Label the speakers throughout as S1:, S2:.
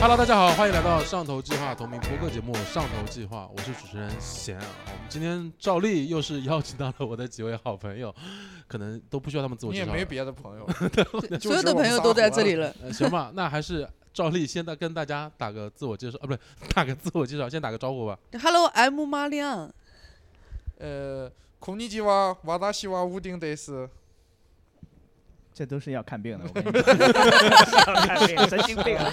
S1: Hello，大家好，欢迎来到上头计划同名播客节目《上头计划》，我是主持人贤啊。我们今天照例又是邀请到了我的几位好朋友，可能都不需要他们自我
S2: 你
S1: 介
S2: 也
S1: 绍了。
S2: 没别的朋友，
S3: 对
S2: 就
S3: 所有
S2: 只有
S3: 的
S2: 我
S3: 朋
S2: 们
S3: 友
S2: 仨
S3: 都
S2: 活
S3: 在这
S2: 了
S3: 里 了。
S1: 呃行吧，那还是照例先大跟大家打个自我介绍啊，不是 打个自我介绍，先打个招呼吧。
S3: Hello，M 妈亮，
S2: 呃，孔尼基哇瓦达西哇乌丁得斯，
S4: 这都是要看 病的，我跟你讲，看病神经病啊！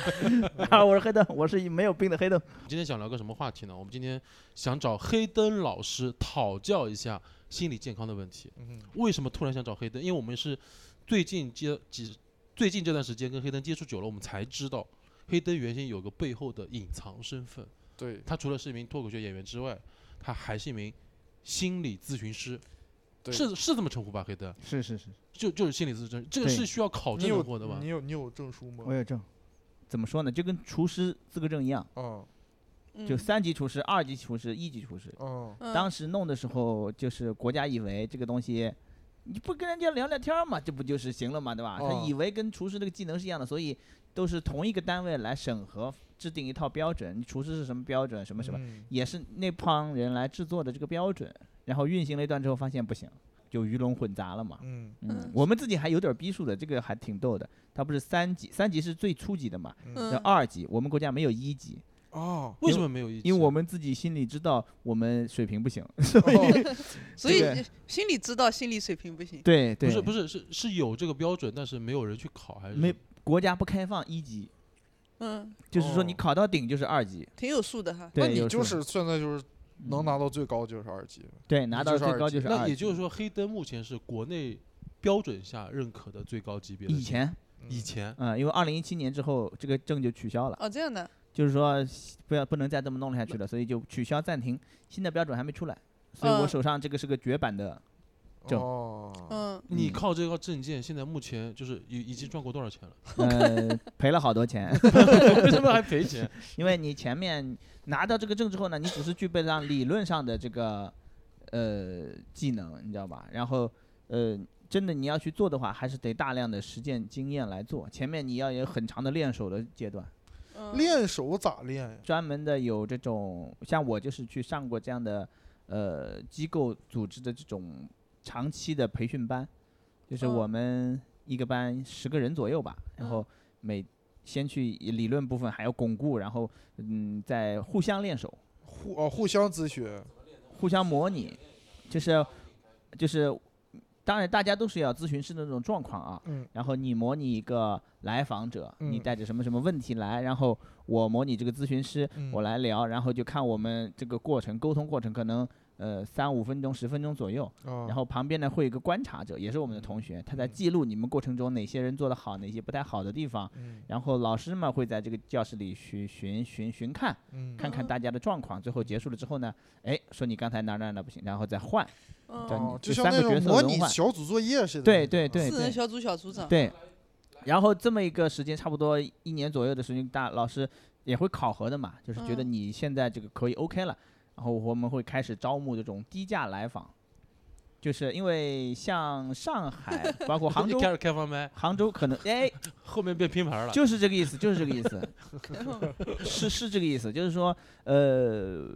S4: 啊，我是黑灯，我是没有病的黑灯。
S1: 我们今天想聊个什么话题呢？我们今天想找黑灯老师讨教一下心理健康的问题。
S2: 嗯，
S1: 为什么突然想找黑灯？因为我们是最近接几最近这段时间跟黑灯接触久了，我们才知道黑灯原先有个背后的隐藏身份。
S2: 对
S1: 他除了是一名脱口秀演员之外，他还是一名心理咨询师，
S2: 对，
S1: 是是这么称呼吧？黑灯
S4: 是是是，
S1: 就就是心理咨询师，这个
S4: 对
S1: 是需要考
S2: 你
S1: 证
S2: 有
S1: 过的吧
S2: 你？有你有证书
S4: 我
S2: 吗？
S4: 有证，怎么说呢？就跟厨师资格证一样，
S2: 嗯
S3: 嗯
S4: 就三级厨师、二级厨师、一级厨师。
S2: 嗯，
S3: 嗯
S4: 当时弄的时候，就是国家以为这个东西，你不跟人家聊聊天儿嘛，这不就是行了嘛，对吧？
S2: 哦
S4: 他以为跟厨师这个技能是一样的，所以都是同一个单位来审核，制定一套标准。你厨师是什么标准，什么什么。
S2: 嗯
S4: 也是那帮人来制作的这个标准，然后运行了一段之后发现不行，就鱼龙混杂了嘛。
S2: 嗯
S4: 嗯
S3: 嗯，
S4: 我们自己还有点逼数的，这个还挺逗的。它不是三级，三级是最初级的嘛，
S2: 嗯
S3: 嗯
S4: 叫二级。我们国家没有一级，
S2: 哦，
S1: 为什么没有一起？
S4: 因为我们自己心里知道我们水平不行。
S2: 哦
S3: 所以
S4: 这个
S3: 心里知道，心理水平不行。
S4: 对对，
S1: 不是不
S4: 是
S1: 是是是有这个标准，但是没有人去考，还是
S4: 没国家不开放一级，
S3: 嗯，
S4: 就是说你
S2: 哦
S4: 考到顶就是二级。
S3: 挺有数的哈。
S2: 那
S4: 对，
S2: 你
S4: 有
S2: 就
S4: 时候
S2: 是现在就是能
S4: 嗯
S2: 拿到最高就是二级，
S4: 对拿到
S2: 就是
S4: 最
S2: 二
S4: 高
S2: 级
S4: 啊就是二级。
S1: 那也就是说，黑灯目前是国内标准下认可的最高级别的
S4: 以前，
S2: 嗯
S1: 以前
S4: 嗯，因为二零一七年之后这个证就取消了。
S3: 哦，这样的，
S4: 就是说不要不能再这么弄下去了，所以就取消暂停，新的标准还没出来，所以我
S3: 嗯
S4: 手上这个是个绝版的，这
S2: 哦，
S3: 嗯，
S1: 你
S4: 嗯
S1: 靠这个证件，现在目前就是已已经赚过多少钱了？
S4: 呃，赔了好多钱，
S1: 为什么还赔钱？
S4: 因为你前面拿到这个证之后呢，你只是具备上理论上的这个呃技能，你知道吧？然后呃，真的你要去做的话，还是得大量的实践经验来做，前面你要有很长的练手的阶段。
S3: 嗯
S2: 练手咋练呀？
S4: 专门的有这种，像我就是去上过这样的呃机构组织的这种长期的培训班，就是
S3: 嗯
S4: 我们一个班十个人左右吧，然
S3: 嗯
S4: 后每先去理论部分还要巩固，然后嗯再互相练手，
S2: 互哦互相咨询，
S4: 互相模拟，就是就是。当然，大家都是要咨询师的那种状况啊，
S2: 嗯
S4: 然后你模拟一个来访者，你
S2: 嗯
S4: 带着什么什么问题来，然后我模拟这个咨询师，
S2: 嗯
S4: 我来聊，然后就看我们这个过程沟通过程，可能呃三五分钟、十分钟左右。
S2: 哦
S4: 然后旁边呢会有一个观察者，也是我们的同学，他在
S2: 嗯
S4: 记录你们过程中哪些人做得好，哪些不太好的地方。
S2: 嗯
S4: 然后老师们会在这个教室里巡巡巡巡看，
S2: 嗯
S4: 看看大家的状况。最后结束了之后呢，哎，说你刚才哪儿哪儿哪儿不行，然后再换。这样
S3: 嗯，
S2: 哦，
S4: 就
S2: 就像
S4: 三
S2: 那
S4: 个
S2: 种
S4: 角色
S2: 模
S4: 轮
S2: 拟
S4: 换
S2: 小组作业似的那
S4: 对
S2: 种，
S4: 对对
S3: 四人
S4: 对
S3: 小组小组长。
S4: 对。然后这么一个时间，差不多一年左右的时间，大老师也会考核的嘛，就是觉得
S3: 嗯
S4: 你现在这个可以 OK 了，然后我们会开始招募这种低价来访，就是因为像上海，包括 杭州
S1: 开，始开放麦，
S4: 杭州可能哎，
S1: 后面变拼盘了。
S4: 就是这个意思，就是这个意思，
S3: 嗯
S4: 是是这个意思，就是说，呃，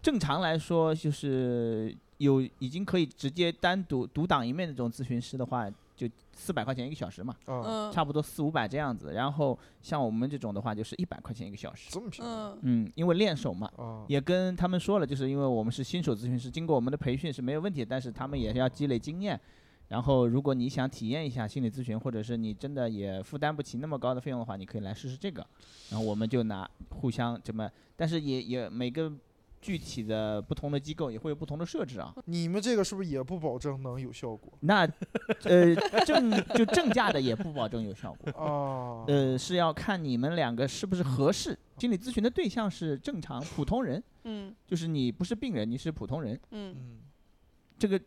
S4: 正常来说，就是有已经可以直接单独独当一面的这种咨询师的话，就四百块钱一个小时嘛，
S2: 啊，
S3: 嗯
S4: 哦差不多四五百这样子。然后像我们这种的话，就是一百块钱一个小时。
S2: 这么便宜
S3: 嗯
S4: 嗯，因为练手嘛，
S2: 啊，
S4: 也跟他们说了，就是因为我们是新手咨询师，经过我们的培训是没有问题的，但是他们也是要积累经验。然后，如果你想体验一下心理咨询，或者是你真的也负担不起那么高的费用的话，你可以来试试这个。然后我们就拿互相怎么，但是也也每个具体的不同的机构也会有不同的设置啊。
S2: 你们这个是不是也不保证能有效 果
S4: 那呃正就正价的也不保证有效果。
S2: 啊？
S4: 呃，是要看你们两个是
S2: 嗯
S4: 不是合适。心理咨询的对象是正常普通人，
S3: 嗯
S4: 就是你不是病人，你是普通人。
S3: 嗯
S2: 嗯，
S4: 这个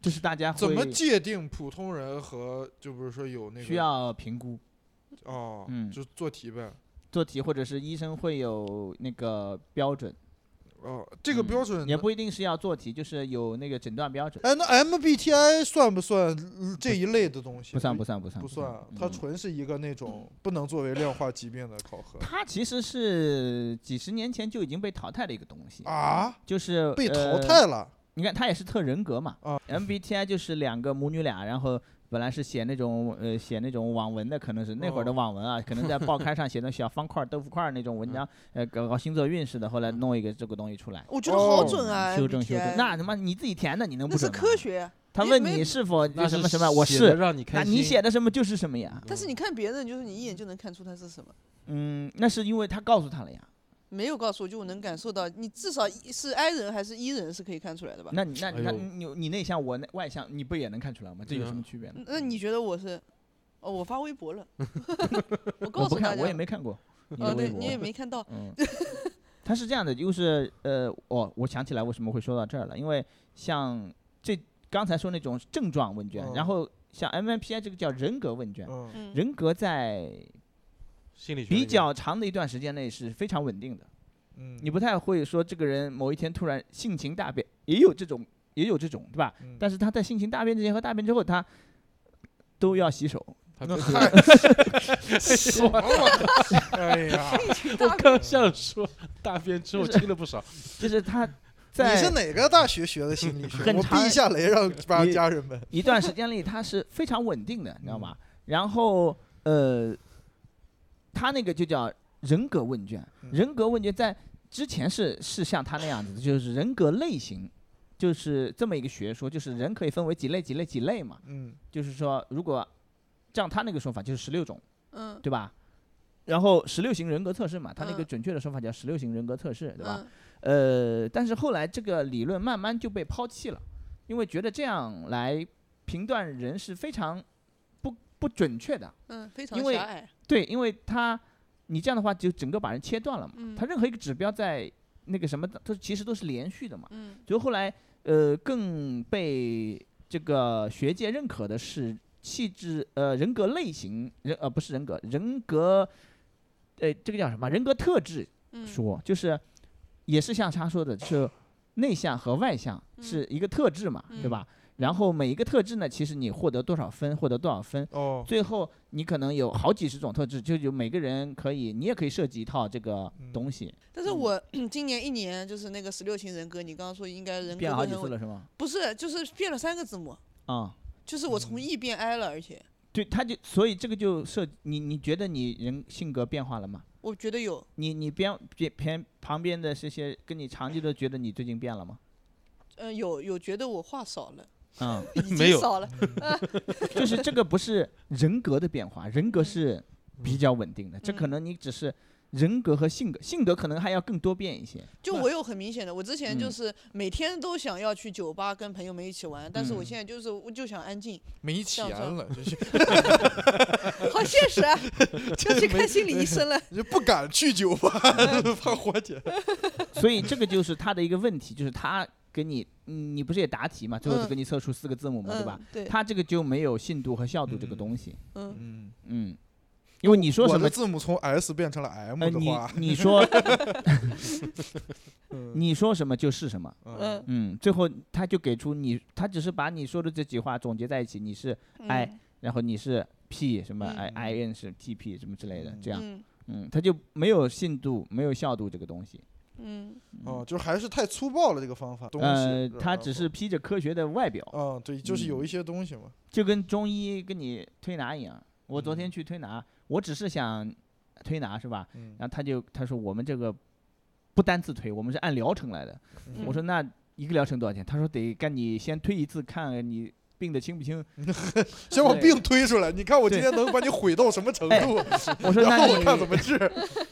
S4: 就是大家
S2: 怎么
S4: 会
S2: 界定普通人和就比如说有那个
S4: 需要评估
S2: 哦，
S4: 嗯
S2: 就做题呗。
S4: 做题，或者是医生会有那个标准，
S2: 哦，这个
S4: 嗯
S2: 标准
S4: 也不一定是要做题，就是有那个诊断标准。
S2: 哎，那 MBTI 算不算呃这一类的东西？
S4: 不算不算不算
S2: 不算，它
S4: 嗯
S2: 纯是一个那种不能作为量化疾病的考核
S4: 它其实是几十年前就已经被淘汰的一个东西，
S2: 啊，
S4: 就是
S2: 被淘
S4: 呃
S2: 汰了。
S4: 你看，他也是测人格嘛。
S2: 啊
S4: MBTI 就是两个母女俩，然后本来是写那种呃写那种网文的，可能是那会儿的
S2: 哦
S4: 网文啊，可能在报刊上写的小方块儿、豆腐块儿 那种文章，呃，搞搞星座运势的，后来弄一个这个东西出来。
S3: 我觉得好
S2: 哦
S3: 准啊！
S4: 嗯修正修正
S3: MBTI，
S4: 那他妈你自己填的，你能不
S3: 那是
S4: 准吗？嗯
S3: 科学啊。
S4: 他
S3: 你
S4: 问
S3: 没
S4: 你是否
S1: 那
S4: 就是什么什么，我
S1: 写的
S4: 是，
S1: 让你开
S4: 那
S1: 心。
S4: 你写的什么就是什么呀。
S3: 但是你看别人，就是你一眼就能看出他是什么。
S4: 嗯，那是因为他告诉他了呀。
S3: 没有告诉我，就我能感受到，你至少一是 I 人还是 E 人是可以看出来的吧？
S4: 那你那那
S1: 哎呦
S4: 你你内向我内外向，你不也能看出来吗？这有什么区别呢？
S3: 那你觉得我是？哦，我发微 博了， 我告
S4: 我不
S3: 诉大
S4: 看，
S3: 家，
S4: 我也没看过你
S3: 哦，
S4: 的微
S3: 对
S4: 博。
S3: 你也没看 到，
S4: 嗯，他是这样的，就是呃，我我想起来为什么会说到这儿了，因为像这刚才说那种症状问卷，
S2: 嗯
S4: 然后像 MMPI 这个叫人格问卷，
S2: 嗯，
S3: 嗯，
S4: 人格在
S1: 心理学
S4: 比
S1: 里面
S4: 较长的一段时间内是非常稳定的，
S2: 嗯
S4: 你不太会说这个人某一天突然性情大变，也有这种也有这种，对吧？
S2: 嗯
S4: 但是他在性情大变之前和大变之后，他都要洗手。
S1: 他
S2: 那
S1: 跟
S2: 嗨， 什么玩意儿 哎呀，
S1: 我刚想说，大便之后
S4: 就是
S1: 清了不 少。
S4: 就是他 在
S2: 你是哪个大学学的心理学？
S4: 很
S2: 我
S4: 长
S2: 避一下雷，让家
S4: 你
S2: 家人们。
S4: 一段时间里，它是非常稳定的，你知道吗？然后呃，它那个就叫人格问卷，
S2: 嗯
S4: 人格问卷在之前是是像它那样子的，就是人格类型。就是这么一个学说，就是人可以分为几类、几类、几类嘛。
S2: 嗯，
S4: 就是说，如果照他那个说法，就是十六种，
S3: 嗯，
S4: 对吧？然后十六型人格测试嘛，他那个
S3: 嗯
S4: 准确的说法叫十六型人格测试，对吧？
S3: 嗯？
S4: 呃，但是后来这个理论慢慢就被抛弃了，因为觉得这样来评断人是非常不不准确的。
S3: 嗯，非常
S4: 因为
S3: 狭隘，
S4: 对，因为他你这样的话就整个把人切断了嘛，
S3: 嗯
S4: 他任何一个指标在那个什么的，都其实都是连续的嘛。
S3: 嗯
S4: 所以后来呃，更被这个学界认可的是气质呃人格类型人呃不是人格人格，呃这个叫什么人格特质
S3: 嗯，
S4: 说，就是也是像他说的，就是内向和外向
S3: 嗯
S4: 是一个特质嘛，对
S3: 嗯
S4: 吧？然后每一个特质呢，其实你获得多少分，获得多少分，
S2: 哦，
S4: 最后你可能有好几十种特质，就有每个人可以，你也可以设计一套这个
S2: 嗯
S4: 东西，
S3: 但是
S4: 嗯
S3: 我 今年一年就是那个十六型人格，你刚刚说应该人格
S4: 变了好
S3: 会
S4: 几
S3: 很
S4: 次
S3: 稳，
S4: 了是吗？
S3: 不是，就是变了三个字母，
S4: 啊、
S3: 就是我从
S2: 嗯
S3: E 变 I 了，而且
S4: 对，他就所以这个就设你你觉得你人性格变化了吗？
S3: 我觉得有，
S4: 你你边边边旁边的这些跟你长期的觉得你最近变了吗？
S3: 嗯，有有觉得我话少 了，
S4: 嗯，
S3: 已经
S1: 没有
S3: 少了，
S2: 嗯
S4: 就是这个不是人格的变化，人格是比较稳定的，这可
S3: 嗯
S4: 能你只是人格和性格，性格可能还要更多变 一些。
S3: 就
S2: 那
S3: 我有很明显的，我之前就
S4: 嗯
S3: 是每天都想要去酒吧跟朋友们一起玩，但是我
S4: 嗯
S3: 现在就是我就想安 静，
S2: 没钱了，这是
S3: 好现实 啊，要去看心理医生了。
S2: 这不敢去酒 吧，怕花钱。
S4: 所以这个就是他的一个问题，就是他给你，嗯你不是也答题嘛，最后就
S3: 嗯
S4: 给你测出四个字母嘛，对吧
S3: 嗯？？对，
S4: 他这个就没有信度和效度这个
S2: 嗯
S4: 东西，
S3: 嗯，
S2: 嗯，
S4: 嗯，因为你说
S2: 我
S4: 什么
S2: 的字母从 S 变成了 M
S4: 呃，
S2: 的
S4: 你
S2: 话，
S4: 你说
S2: 嗯
S4: 你说什么就是什么，
S2: 嗯
S3: 嗯
S4: 嗯，最后他就给出你，他只是把你说的这几话总结在一起，你是 I，
S3: 嗯
S4: 然后你是 P 什么 I
S2: 嗯
S4: I N 是 T P 什么之类的，这样，
S3: 嗯
S4: 嗯，他就没有信度，没有效度这个东西，
S3: 嗯，
S2: 哦，就是还是太粗暴了这个方法。东西嗯
S4: 呃，他
S2: 然后
S4: 只是披着科学的外表，
S2: 嗯，对，就是有
S4: 嗯
S2: 一些东西嘛。
S4: 就跟中医跟你推拿一样，
S2: 嗯
S4: 我昨天去推拿，我只是想推拿是吧？
S2: 嗯，
S4: 然后他就他说我们这个不单次推，我们是按疗程来的。
S2: 嗯
S4: 我说那一个疗程多少钱？他说得干你先推一次，看你病的轻 不轻。
S2: 先把
S4: 对
S2: 病推出来，你看我今
S4: 对
S2: 天能把你毁到什么程
S4: 哎
S2: 度，
S4: 我说
S2: 然
S4: 那
S2: 后
S4: 你
S2: 我看怎么 治。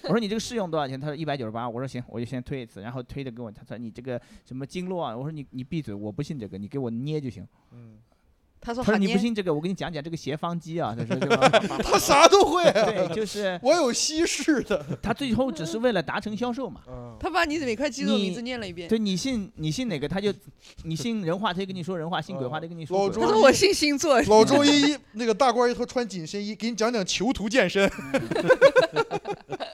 S4: 我说你这个试用多少钱？他说一百九十八。我说行，我就先推一次，然后推的给我。他说你这个什么经络啊？我说你你闭嘴，我不信这个，你给我捏就行。
S2: 嗯，
S3: 他说
S4: 他说
S3: 好
S4: 你不
S3: 捏，
S4: 信这个，我给你讲讲这个斜方肌啊。他说这个
S2: 他啥都会啊，
S4: 对，就是
S2: 我有稀释的。
S4: 他最后只是为了达成销售嘛。
S2: 嗯，
S3: 他把你每块肌肉名字
S4: 你
S3: 念了一遍。
S4: 对你信你信哪个，他就你信人话，他就跟你说人话；信鬼话，他就跟你说
S2: 老
S4: 鬼
S2: 周
S3: 他
S4: 话。
S3: 说我信星座，
S2: 老周一那个大褂一脱穿紧身衣，给你讲讲囚徒健
S4: 啊
S2: 身。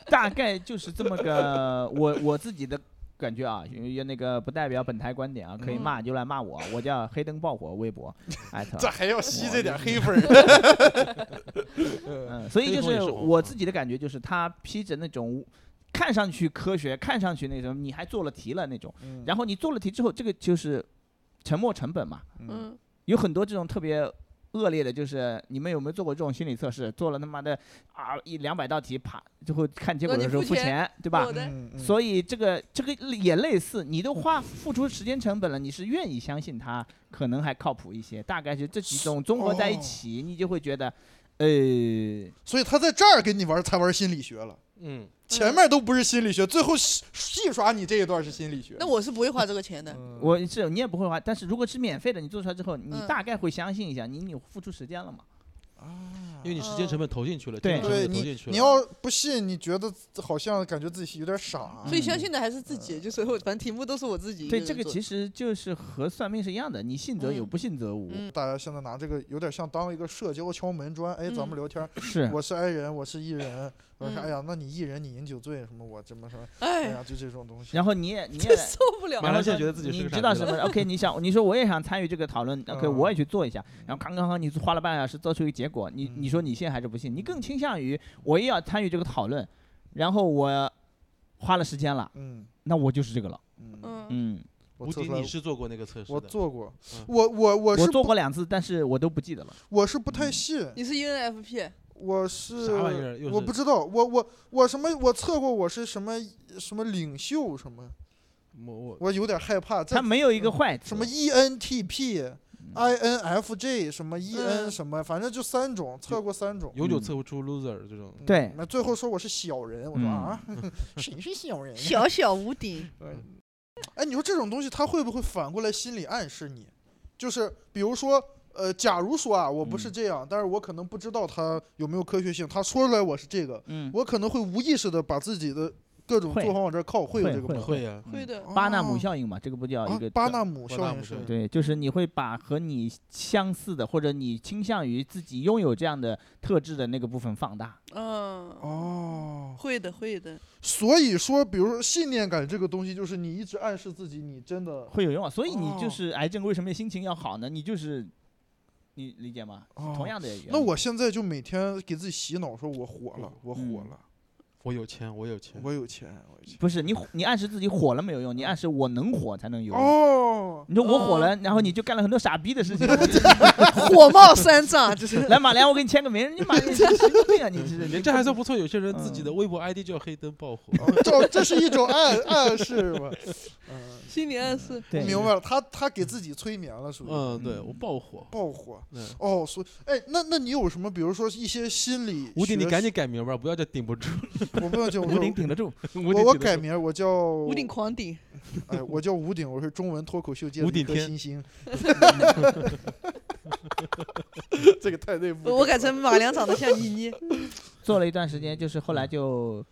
S4: 大概就是这么个我我自己的感觉啊，因为那个不代表本台观点啊，可以
S3: 嗯
S4: 骂就来骂我，我叫黑灯爆火微博艾特。
S2: 咋还要吸
S4: 我
S2: 这点
S4: 就
S2: 黑粉儿？
S4: 嗯，所以
S1: 黑
S4: 就
S1: 红也
S4: 是
S1: 是红
S4: 我
S1: 啊
S4: 自己的感觉，就是他披着那种看上去科学、看上去那什么，你还做了题了那种。
S2: 嗯
S4: 然后你做了题之后，这个就是沉没成本嘛。
S2: 嗯
S3: 嗯，
S4: 有很多这种特别恶劣的，就是你们有没有做过这种心理测试？做了他妈的啊一两百道题，啪，最后看结果
S3: 让
S4: 的
S3: 你
S4: 时候
S3: 付
S4: 付
S3: 钱
S4: 钱，对吧
S3: 我？的
S2: 嗯嗯
S4: 所以这个这个也类似，你都花付出时间成本了，你是愿意相信它，可能还靠谱一些。大概是这几种综合在一
S2: 哦
S4: 起，你就会觉得，呃，
S2: 所以他在这儿跟你玩才玩心理学了，
S1: 嗯，
S2: 前面都不是心理学，最后细细刷你这一段是心理学。
S3: 嗯那我是不会花这个钱的。
S2: 嗯
S4: 我是你也不会花，但是如果是免费的，你做出来之后，你
S3: 嗯
S4: 大概会相信一下，你你付出时间了嘛？
S2: 啊
S1: 因为你时间成本投进去了，
S4: 对
S1: 精力成
S2: 对
S1: 本投进去
S2: 你
S1: 了，
S2: 要不信，你觉得好像感觉自己有点傻啊、
S3: 所以相信的还是自己，就是我反正题目都是我自己一
S4: 嗯对，
S3: 人
S4: 这个
S3: 做
S4: 其实就是和算命是一样的，你信则有，
S3: 嗯
S4: 不信则无。
S3: 嗯
S2: 大家现在拿这个有点像当一个社交敲门砖，哎，咱们
S3: 嗯
S2: 聊天儿，
S4: 是，
S2: 我是 i 人，我是 e 人，我说
S3: 嗯
S2: 哎呀，那你 e 人你饮酒醉什么，我怎么什么，哎
S3: 哎，
S2: 呀，就这种东西。
S4: 然后你也你也
S3: 这受不了
S1: 马
S4: 然
S1: 来
S4: 后
S1: 西亚
S4: 说
S1: 觉得自己是
S4: 你
S1: 个
S4: 知
S1: 傻
S4: 道
S1: 逼
S4: 什
S1: 了
S4: 么？OK，你想，你说我也想参与这个讨论，OK，我也去做一下。然后刚刚好你花了半小时做出一个结果，你你说你信还是不信？你更倾向于我也要参与这个讨论，然后我花了时间了，
S2: 嗯
S4: 那我就是这个了。
S2: 嗯，
S3: 嗯，
S4: 嗯，
S2: 我
S1: 吴
S2: 测
S1: 迪
S2: 出来
S1: 你，是做过那个测试
S2: 我
S1: 的，
S2: 做过
S1: 嗯，
S2: 我我我
S4: 我
S2: 是
S4: 做
S2: 不
S4: 过两次，但是我都不记得了。
S2: 我是不太
S4: 嗯
S2: 信，
S3: 你是 ENFP，
S2: 我是
S1: 啥玩意儿又
S2: 我
S1: 是
S2: 不知道，我我我什么我测过我是什么什么领袖什么，
S1: 我我
S2: 我有点害怕。
S4: 它
S2: 在嗯
S4: 没有一个坏词，
S2: 什么 E ENTP、INFJ 什么 EN
S3: 嗯
S2: 什么，反正就三种，测过三种。
S1: 永久
S4: 嗯
S1: 测不出 loser 这种，
S2: 嗯
S4: 对
S2: 那最后说我是小人，我说
S4: 嗯
S2: 啊， 谁是小人？呀？
S3: 小小无敌，
S2: 嗯哎，你说这种东西，它会不会反过来心理暗示你？就是比如说，呃，假如说啊，我不是
S4: 嗯
S2: 这样，但是我可能不知道它有没有科学性，他说出来我是这个，
S4: 嗯，
S2: 我可能会无意识的把自己的各种
S4: 会
S2: 作风往这儿靠，会有
S4: 会
S2: 这个
S4: 会
S2: 吗
S1: 会呀，
S3: 会的。
S2: 哦
S4: 巴纳姆效应嘛，这个不叫
S2: 啊
S4: 一个
S2: 巴
S4: 叫
S2: 纳姆
S1: 巴
S2: 效
S1: 纳
S2: 应
S1: 姆
S2: 是
S1: 效应
S4: 对，就是你会把和你相似的，或者你倾向于自己拥有这样的特质的那个部分放大。
S3: 嗯，
S2: 哦，
S3: 会的，会 的。
S2: 所以说，比如说信念感这个东西，就是你一直暗示自己，你真的
S4: 会有用啊。所以你
S2: 哦
S4: 就是癌症为什么心情要好呢？你就是你理解吗？
S2: 哦
S4: 同样的原理，
S2: 那我现在就每天给自己洗脑，说我火了，我火
S4: 嗯
S2: 了，
S1: 我有钱，我有钱，
S2: 我有钱，我有钱。
S4: 不是你火，你暗示自己火了没有用，你暗示我能火才能有用。
S2: 哦，
S4: 你说我火
S3: 哦
S4: 了，然后你就干了很多傻逼的事情。
S3: 火冒三丈， 就是
S4: 来马良，我给你签个名，你马良神经病啊！你这是
S1: 人家还算不错，有些人自己的
S4: 嗯
S1: 微博 ID 叫黑灯爆火，
S2: 哦这这是一种暗暗示吧？嗯，
S3: 心理暗示。
S4: 对，
S2: 明白了，他他给自己催眠了，属于
S1: 嗯，对我爆火，
S2: 爆火。
S1: 嗯，
S2: 哦，所以哎，那那你有什么，比如说一些心理学？
S1: 吴迪你赶紧改名吧，不要叫顶不住，
S2: 我不用叫，我
S4: 屋顶
S2: 叫
S4: 顶 得住。
S1: 吴迪
S2: 我我
S1: 顶得
S2: 改
S1: 住，
S2: 名，我叫
S3: 屋顶狂顶，
S2: 哎，我叫吴鼎，我是中文脱口秀界的
S1: 吴
S2: 一
S1: 顶
S2: 颗
S1: 天
S2: 新星。 这个太内部
S3: 我改成马良长得像倪 妮。
S4: 做了一段时间，就是后来就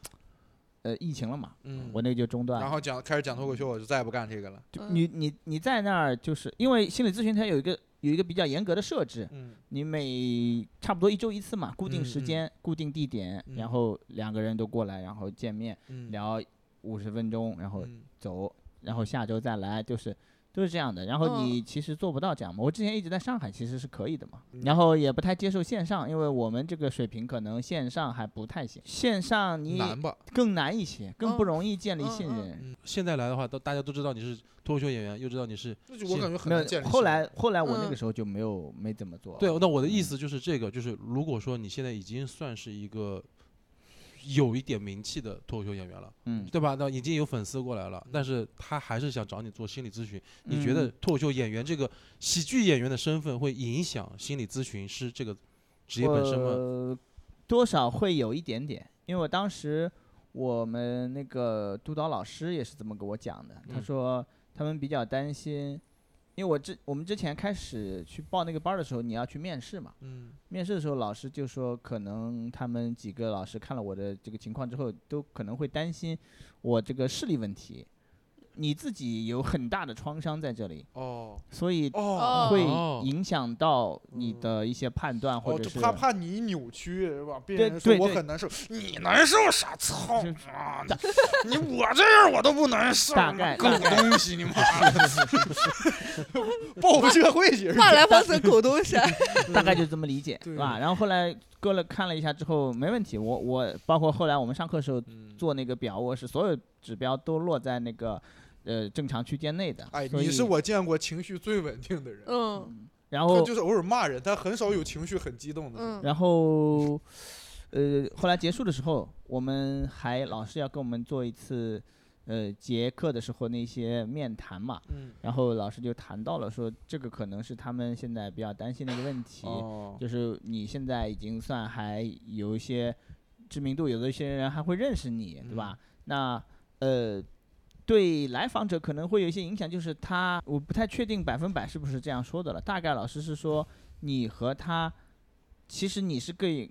S4: 呃疫情了嘛，
S2: 嗯
S4: 我那个就中断了。
S2: 后讲开始讲脱口秀，我就再也不干这个了。
S4: 就
S3: 嗯
S4: 你你你在那儿，就是因为心理咨询它有一个有一个比较严格的设置，
S2: 嗯
S4: 你每差不多一周一次嘛，固定时
S2: 嗯嗯
S4: 间、固定地点，
S2: 嗯
S4: 然后两个人都过来，然后见面
S2: 嗯
S4: 聊五十分钟，然后
S2: 嗯
S4: 走，然后下周再来，就是都是这样的。然后
S2: 嗯
S4: 你其实做不到这样嘛，我之前一直在上海，其实是可以的嘛，
S2: 嗯
S4: 然后也不太接受线上，因为我们这个水平可能线上还不太行，线上你
S2: 吧？
S4: 更难一些，更不
S3: 嗯
S4: 容易建立
S3: 嗯
S4: 信
S3: 嗯
S4: 任。
S1: 现在来的话，都大家都知道你是脱口秀演员，又知道你是
S2: 那就我
S1: 是
S2: 感觉很
S4: 没
S2: 难建
S4: 有，
S2: 立
S4: 后
S2: 信任
S4: 来后来我那个
S3: 嗯
S4: 时候就没有没怎么做。
S1: 对，
S2: 哦
S1: 那我的意思就是这个，就是如果说你现在已经算是一个有一点名气的脱口秀演员了，
S4: 嗯，
S1: 对吧？那已经有粉丝过来了，但是他还是想找你做心理咨询，你觉得
S4: 嗯
S1: 脱口秀演员这个喜剧演员的身份会影响心理咨询师这个职业本身吗？
S4: 呃，多少会有一点点，因为我当时我们那个督导老师也是这么跟我讲的，他
S1: 嗯
S4: 说他们比较担心，因为我之我们之前开始去报那个班儿的时候，你要去面试嘛，
S2: 嗯
S4: 面试的时候老师就说，可能他们几个老师看了我的这个情况之后，都可能会担心我这个视力问题。你自己有很大的创伤在这里，
S2: 哦
S4: 所以
S2: 哦
S4: 会
S1: 哦
S4: 影响到你
S2: 嗯
S4: 的一些判断
S2: 哦，
S4: 或者
S2: 就是怕怕你扭曲是吧？别
S4: 对
S2: 人说
S4: 对
S2: 我
S4: 对
S2: 很 难受，你难受啥？操
S4: 就
S2: 啊！你你我这样我都不难受，
S4: 大
S2: 你
S4: 概
S2: 狗
S4: 大概
S2: 东西你妈的， 报复社会去是吧
S3: 骂来访者狗东西，
S4: 大概就这么理解，
S2: 对
S4: 是吧？然后后来过了看了一下之后，没问题。我我包括后来我们上课的时候
S1: 嗯
S4: 做那个表，我是所有指标都落在那个呃正常区间内的。
S2: 哎，
S4: 所以
S2: 你是我见过情绪最稳定的人，
S3: 嗯
S4: 然
S2: 他
S4: 后
S2: 就是偶尔骂人，但很少有情绪很激动的。
S3: 嗯，
S4: 然后呃后来结束的时候，我们还老师要跟我们做一次呃结课的时候那些面谈嘛。
S2: 嗯，
S4: 然后老师就谈到了说，这个可能是他们现在比较担心的一个问
S2: 嗯
S4: 题。
S1: 哦，
S4: 就是你现在已经算还有一些知名度，有的一些人还会认识你，对吧？那呃，对来访者可能会有一些影响，就是他，我不太确定百分百是不是这样说的了。大概老师是说，你和他，其实你是更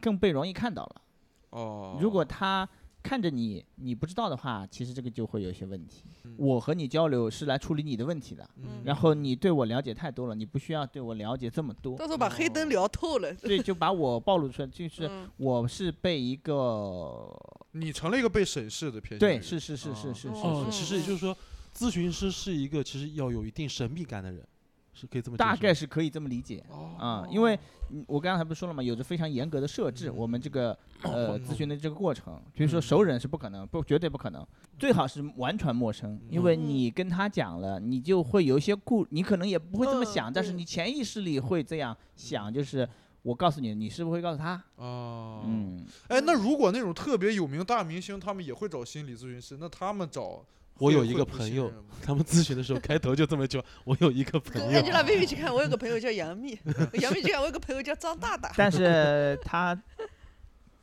S4: 更被容易看到了。
S1: 哦，
S4: 如果他看着你，你不知道的话，其实这个就会有一些问题。
S2: 嗯
S4: 我和你交流是来处理你的问题的，
S2: 嗯
S4: 然后你对我了解太多了，你不需要对我了解这么多。
S3: 到时候把黑灯聊透了。
S4: 哦对，就把我暴露出来，就是
S3: 嗯
S4: 我是被一个
S2: 你成了一个被审视的偏向
S4: 对，
S2: 人
S4: 是是是是是
S1: 哦
S4: 是，
S1: 其实
S4: 是，
S1: 也就是说，咨询师是一个其实要有一定神秘感的人，是可以这么解
S4: 大
S1: 释
S4: 概
S1: 吗
S4: 是可以这么理解啊
S2: 哦，
S4: 因为嗯我刚才不是说了嘛，有着非常严格的设置，我们这个呃
S2: 嗯
S4: 咨询的这个过程，比如说熟人是不可能，不绝对不可能，最好是完全陌生，因为
S3: 嗯
S4: 你跟他讲了，你就会有一些顾，你可能也不会这么
S3: 嗯
S4: 想，但是
S3: 对
S4: 你潜意识里会这样想，就是我告诉你，你是不是会告诉他？
S2: 哦，
S4: 嗯，
S2: 哎，那如果那种特别有名大明星，他们也会找心理咨询师，那他们找
S1: 我
S2: 会
S1: 有一
S2: 会
S1: 个
S2: 不
S1: 朋
S2: 信
S1: 友
S2: 任吗
S1: 他们咨询的时候开头就这么一句话，我有一个
S3: 跟
S1: 朋友，
S3: Angelababy 去看，我有个朋友叫杨幂，杨幂去看，我有个朋友叫张大大。
S4: 但是他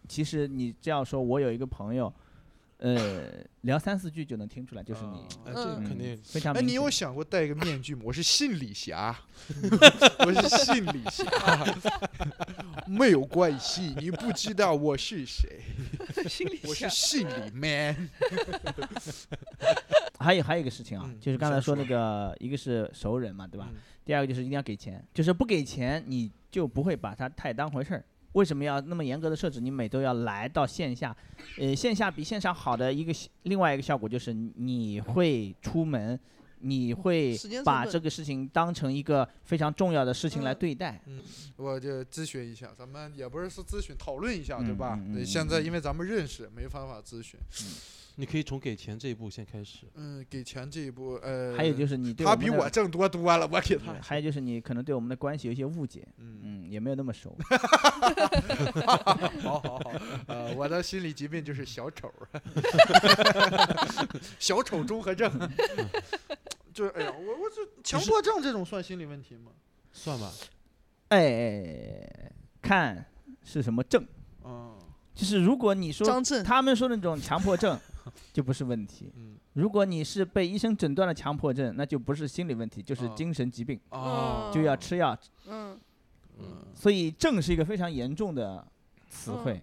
S4: 其实你这样说，我有一个朋友，呃，聊三四句就能听出来，就是你，
S1: 哎，这个
S4: 嗯
S1: 肯定
S4: 非常
S2: 哎，
S4: 明
S2: 你有
S4: 显
S2: 想过戴个面具吗？我是信李霞，我是信李霞，没有关系，你不知道我是谁，
S3: 心里
S2: 我是
S3: 想，
S2: 信李 man。
S4: 还有还有一个事情啊，
S2: 嗯
S4: 就是
S2: 你
S4: 刚才
S2: 先
S4: 说那
S2: 说
S4: 个，一个是熟人嘛，对吧？
S2: 嗯
S4: 第二个就是一定要给钱，就是不给钱你就不会把它太当回事儿。为什么要那么严格的设置？你每周要来到线下，呃，线下比线上好的一个另外一个效果就是你会出门，你会
S3: 时间成
S4: 把
S3: 本
S4: 这个事情当成一个非常重要的事情来
S3: 嗯
S4: 对待。
S2: 我就咨询一下，咱们也不是说咨询，讨论一下，对
S4: 嗯
S2: 吧？
S4: 嗯
S2: 对
S4: 嗯
S2: 现在
S4: 嗯
S2: 因为咱们认识，没办法咨询。
S1: 你可以从给钱这一步先开始。
S2: 嗯，给钱这一步，呃，
S4: 还有就是你对
S2: 他
S4: 们
S2: 比
S4: 的
S2: 我挣多多了，我给他。
S4: 还有就是你可能对我们的关系有一些误解，
S2: 嗯，
S4: 嗯，也没有那 么熟。
S2: 好好好， 呃，我的心理疾病就是小丑儿， 小丑综合症， 就是哎呀，我我这强迫症这种算心理问题吗？
S1: 算吧，
S4: 哎，看是什么症，
S2: 嗯，
S4: 就是如果你说
S3: 张震，
S4: 他们说那种强迫 症，就不是问题
S2: 嗯。
S4: 如果你是被医生诊断了强迫症，那就不是心理问题，就是
S2: 啊
S4: 精神疾病，
S2: 哦，
S4: 就要吃药。
S3: 嗯
S1: 嗯，
S4: 所以症是一个非常严重的词汇。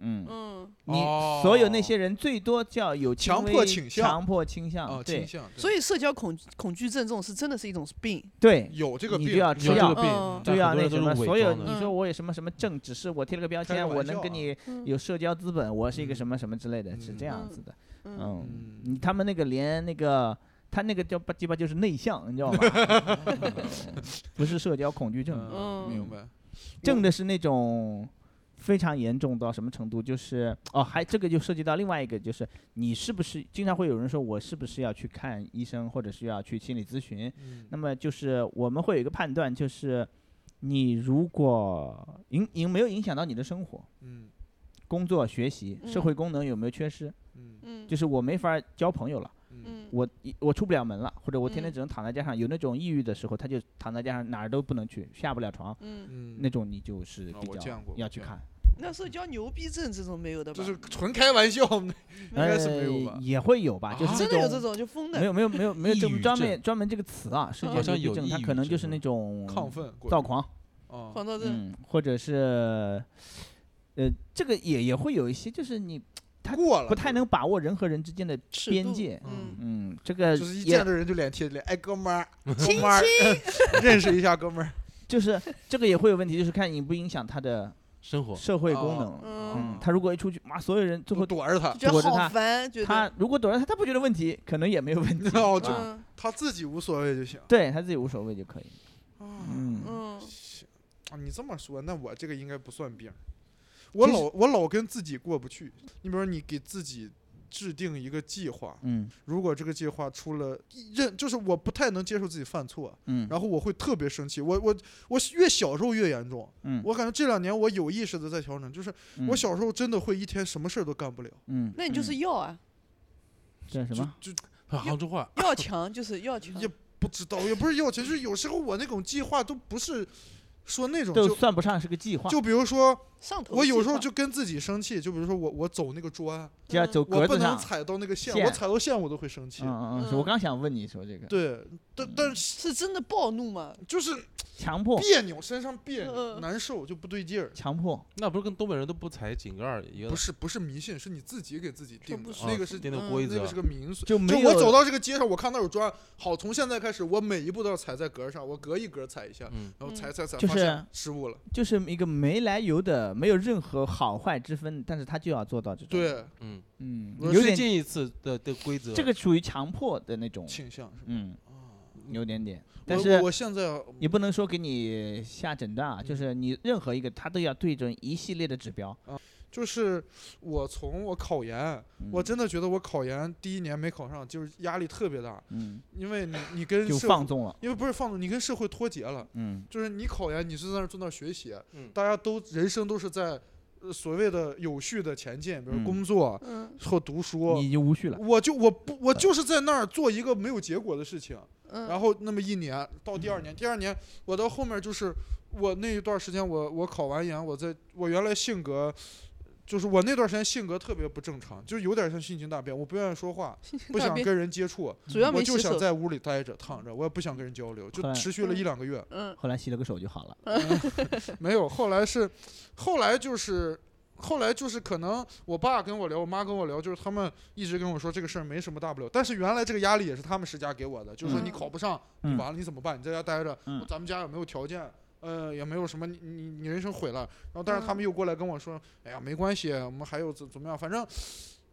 S4: 嗯，
S3: 嗯，
S4: 你所有那
S2: 哦
S4: 些人最多叫有轻
S2: 强迫
S4: 微
S2: 倾向
S4: 强迫倾向，
S2: 啊，
S4: 嗯对
S2: 倾向，对
S3: 所以社交恐恐惧症这种是真的是一种病。
S4: 对，
S2: 有这个
S4: 你
S2: 病，
S4: 就要
S1: 有
S4: 吃
S1: 这
S4: 药
S1: 个。病
S3: 嗯，
S1: 但
S4: 对啊，
S1: 很多
S4: 那
S1: 人
S4: 什
S1: 都
S4: 么，
S1: 是伪
S4: 所有
S1: 装的
S4: 你说我有什么什么证，只是我贴了个标
S2: 开个
S4: 签，
S2: 玩
S4: 我能
S2: 笑
S4: 跟
S2: 啊
S4: 你
S3: 嗯
S4: 有社交资本，我是一
S1: 嗯
S4: 个什么什么之类的，是这样
S3: 嗯
S4: 子的。
S3: 嗯
S4: 嗯，
S2: 嗯
S4: 你他们那个连那个他那个叫吧唧吧就是内向，你知道吧？ 不是社交恐惧症，
S2: 嗯，
S3: 嗯
S2: 明白，
S4: 症的是那种。非常严重到什么程度？就是哦，还这个就涉及到另外一个，就是你是不是经常会有人说我是不是要去看医生，或者是要去心理咨询？
S2: 嗯
S4: 那么就是我们会有一个判断，就是你如果影影没有影响到你的生活、
S2: 嗯
S4: 工作、学习、社
S3: 嗯
S4: 会功能有没有缺失？
S2: 嗯
S3: 嗯，
S4: 就是是我没法儿交朋友了，
S2: 嗯
S3: 嗯
S4: 我一我出不了门了，或者我天天
S3: 嗯
S4: 只能躺在家上。有那种抑郁的时候，他就躺在家上哪儿都不能去，下不了床，
S3: 嗯，
S2: 嗯，
S4: 那种你就是
S2: 啊
S4: 比
S2: 我
S4: 较
S2: 见过
S4: 要
S2: 我
S4: 去
S2: 见
S4: 看。
S3: 那社交牛逼症这种没有的吧？
S2: 就是纯开玩笑， 应该是没有
S4: 呃
S2: 吧，？啊
S4: 也会有吧，就是
S3: 嗯真的
S4: 那
S3: 有这
S4: 种。
S3: 种就疯
S4: 没
S3: 的，
S4: 有没有没有没有
S1: 抑
S4: 这么
S1: 郁
S4: 专
S1: 症
S4: 门专门这个词啊，世界
S3: 好
S4: 牛
S1: 像
S4: 逼
S1: 有
S4: 症，
S1: 抑
S4: 它
S1: 郁
S4: 可能就
S1: 症
S4: 是
S1: 是
S4: 那
S1: 吧
S4: 种
S2: 亢奋过
S4: 嗯躁
S2: 度
S4: 狂，
S2: 啊，
S3: 狂
S4: 嗯
S3: 躁症。
S4: 嗯，或者是，呃，这个也也会有一些，就是你他
S2: 过了，
S4: 不太能把握人和人之间的
S3: 尺
S4: 边
S3: 度
S4: 界。
S1: 嗯
S3: 嗯，
S4: 嗯，这个
S2: 就是一
S4: 也
S2: 见着人就脸贴着脸，哎，哥们 儿，
S3: 亲
S2: 哥们儿， 认识一下，哥们儿。
S4: 就是这个也会有问题，就是看影不影响他的
S1: 生活
S4: 社会功
S2: 哦
S4: 能。
S3: 嗯，
S4: 嗯，他如果一出去，妈，所有人最
S2: 我
S4: 后
S2: 躲着他
S3: 就，觉
S4: 躲
S3: 得
S4: 着他
S3: 好烦，觉得
S4: 他如果躲着他，他不觉得问题，可能也没有问题。
S2: 哦就
S4: 啊
S3: 嗯
S2: 他自己无所谓就行。
S4: 对他自己无所谓就可以。
S2: 啊，
S4: 嗯，
S3: 嗯，
S2: 行啊，你这么说，那我这个应该不算病儿。我
S4: 其实
S2: 老我老跟自己过不去。你比如说，你给自己制定一个计划，
S4: 嗯
S2: 如果这个计划出了认，就是我不太能接受自己犯错，
S4: 嗯
S2: 然后我会特别生气。我我我越小时候越严重，
S4: 嗯，
S2: 我感觉这两年我有意识的在调整，就是我小时候真的会一天什么事儿都干不了，
S4: 嗯，嗯，
S3: 那你就是要啊，
S4: 这是什么？
S2: 就就
S1: 啊杭州话，
S3: 要强就是要强，
S2: 也不知道，也不是要钱，就是有时候我那种计划都不是说那种
S4: 都
S2: 就
S4: 算不上是个计划，
S2: 就比如说
S3: 上头计划。
S2: 我有时候就跟自己生气，就比如说我我走那个砖，
S4: 就要走
S2: 我
S4: 格
S2: 不
S4: 子
S2: 能
S4: 上。
S2: 踩到那个线，
S4: 线
S2: 我踩到线我都会生气。
S4: 嗯嗯嗯，是我刚想问你说这个，
S2: 对，但但是
S3: 是真的暴怒嘛，
S2: 就是
S4: 强迫
S2: 别扭，身上别扭，
S3: 嗯
S2: 难受就不对劲儿。
S4: 强迫，
S1: 那不是跟东北人都不踩井盖儿一样哦
S2: 不？是不是迷信，是你自己给自己定
S3: 不
S2: 的啊
S3: 是，
S2: 那个是
S1: 定的
S3: 嗯
S1: 规
S2: 那
S1: 则
S2: 个是，个民俗。
S4: 就没有
S2: 我走到这个街上，我看那有砖，好，从现在开始，我每一步都要踩在格儿上，我隔一格儿踩一下，
S1: 嗯，
S2: 然后
S3: 嗯
S2: 踩踩踩，
S4: 就
S2: 发
S4: 是
S2: 现失误了。
S4: 就是一个没来由的，没有任何好坏之分，但是他就要做到这种。，
S2: 对，
S1: 嗯，
S4: 嗯，
S2: 我
S4: 有
S1: 最
S4: 点
S1: 近一次的的规则，
S4: 这个属于强迫的那种，
S2: 倾向是吧？啊
S4: 嗯，有点点，但
S2: 我
S4: 是
S2: 我嗯我现在
S4: 也不能说给你下诊断啊，就是你任何一个他都要对准一系列的指标。
S2: 就是我从我考研，我
S4: 嗯
S2: 真的觉得我考研第一年没考上，就是压力特别大，
S4: 嗯，
S2: 因为你你跟
S4: 就
S2: 社
S4: 放纵了，
S2: 因为不是放纵，你跟社会脱节了。
S4: 嗯
S2: 就是你考研，你是在那儿坐那儿学习，
S1: 嗯
S2: 大家都人生都是在呃所谓的有序的前进，比如
S4: 嗯
S2: 工作
S3: 嗯
S2: 或读书。
S4: 你已经无序了。嗯
S2: 我就我不我就是在那儿做一个没有结果的事情，
S3: 嗯，
S2: 然后那么一年到第二年，第二年我到后面就是我那一段时间我我考完研，我在我原来性格。就是我那段时间性格特别不正常，就有点像性情大变。我不愿意说话，不想跟人接触，
S3: 主要
S2: 我
S3: 没
S2: 就
S3: 洗
S2: 想
S3: 手，
S2: 在屋里待着躺着，我也不想跟人交流，就
S4: 后来
S2: 持续了一
S3: 嗯
S2: 两个月。
S3: 嗯
S4: 后来洗了个手就好了。
S2: 没有，后来是，后来就是，后来就是可能我爸跟我聊，我妈跟我聊，就是他们一直跟我说这个事儿没什么大不了，但是原来这个压力也是他们施加给我的，就是说你
S3: 嗯
S2: 考不上，
S4: 嗯
S2: 你完了你怎么办？你在家待着，
S4: 嗯
S2: 咱们家也没有条件。呃，也没有什么，你你你人生毁了。然后，但是他
S4: 嗯
S2: 们又过来跟我说，哎呀，没关系，我们还有怎怎么样？反正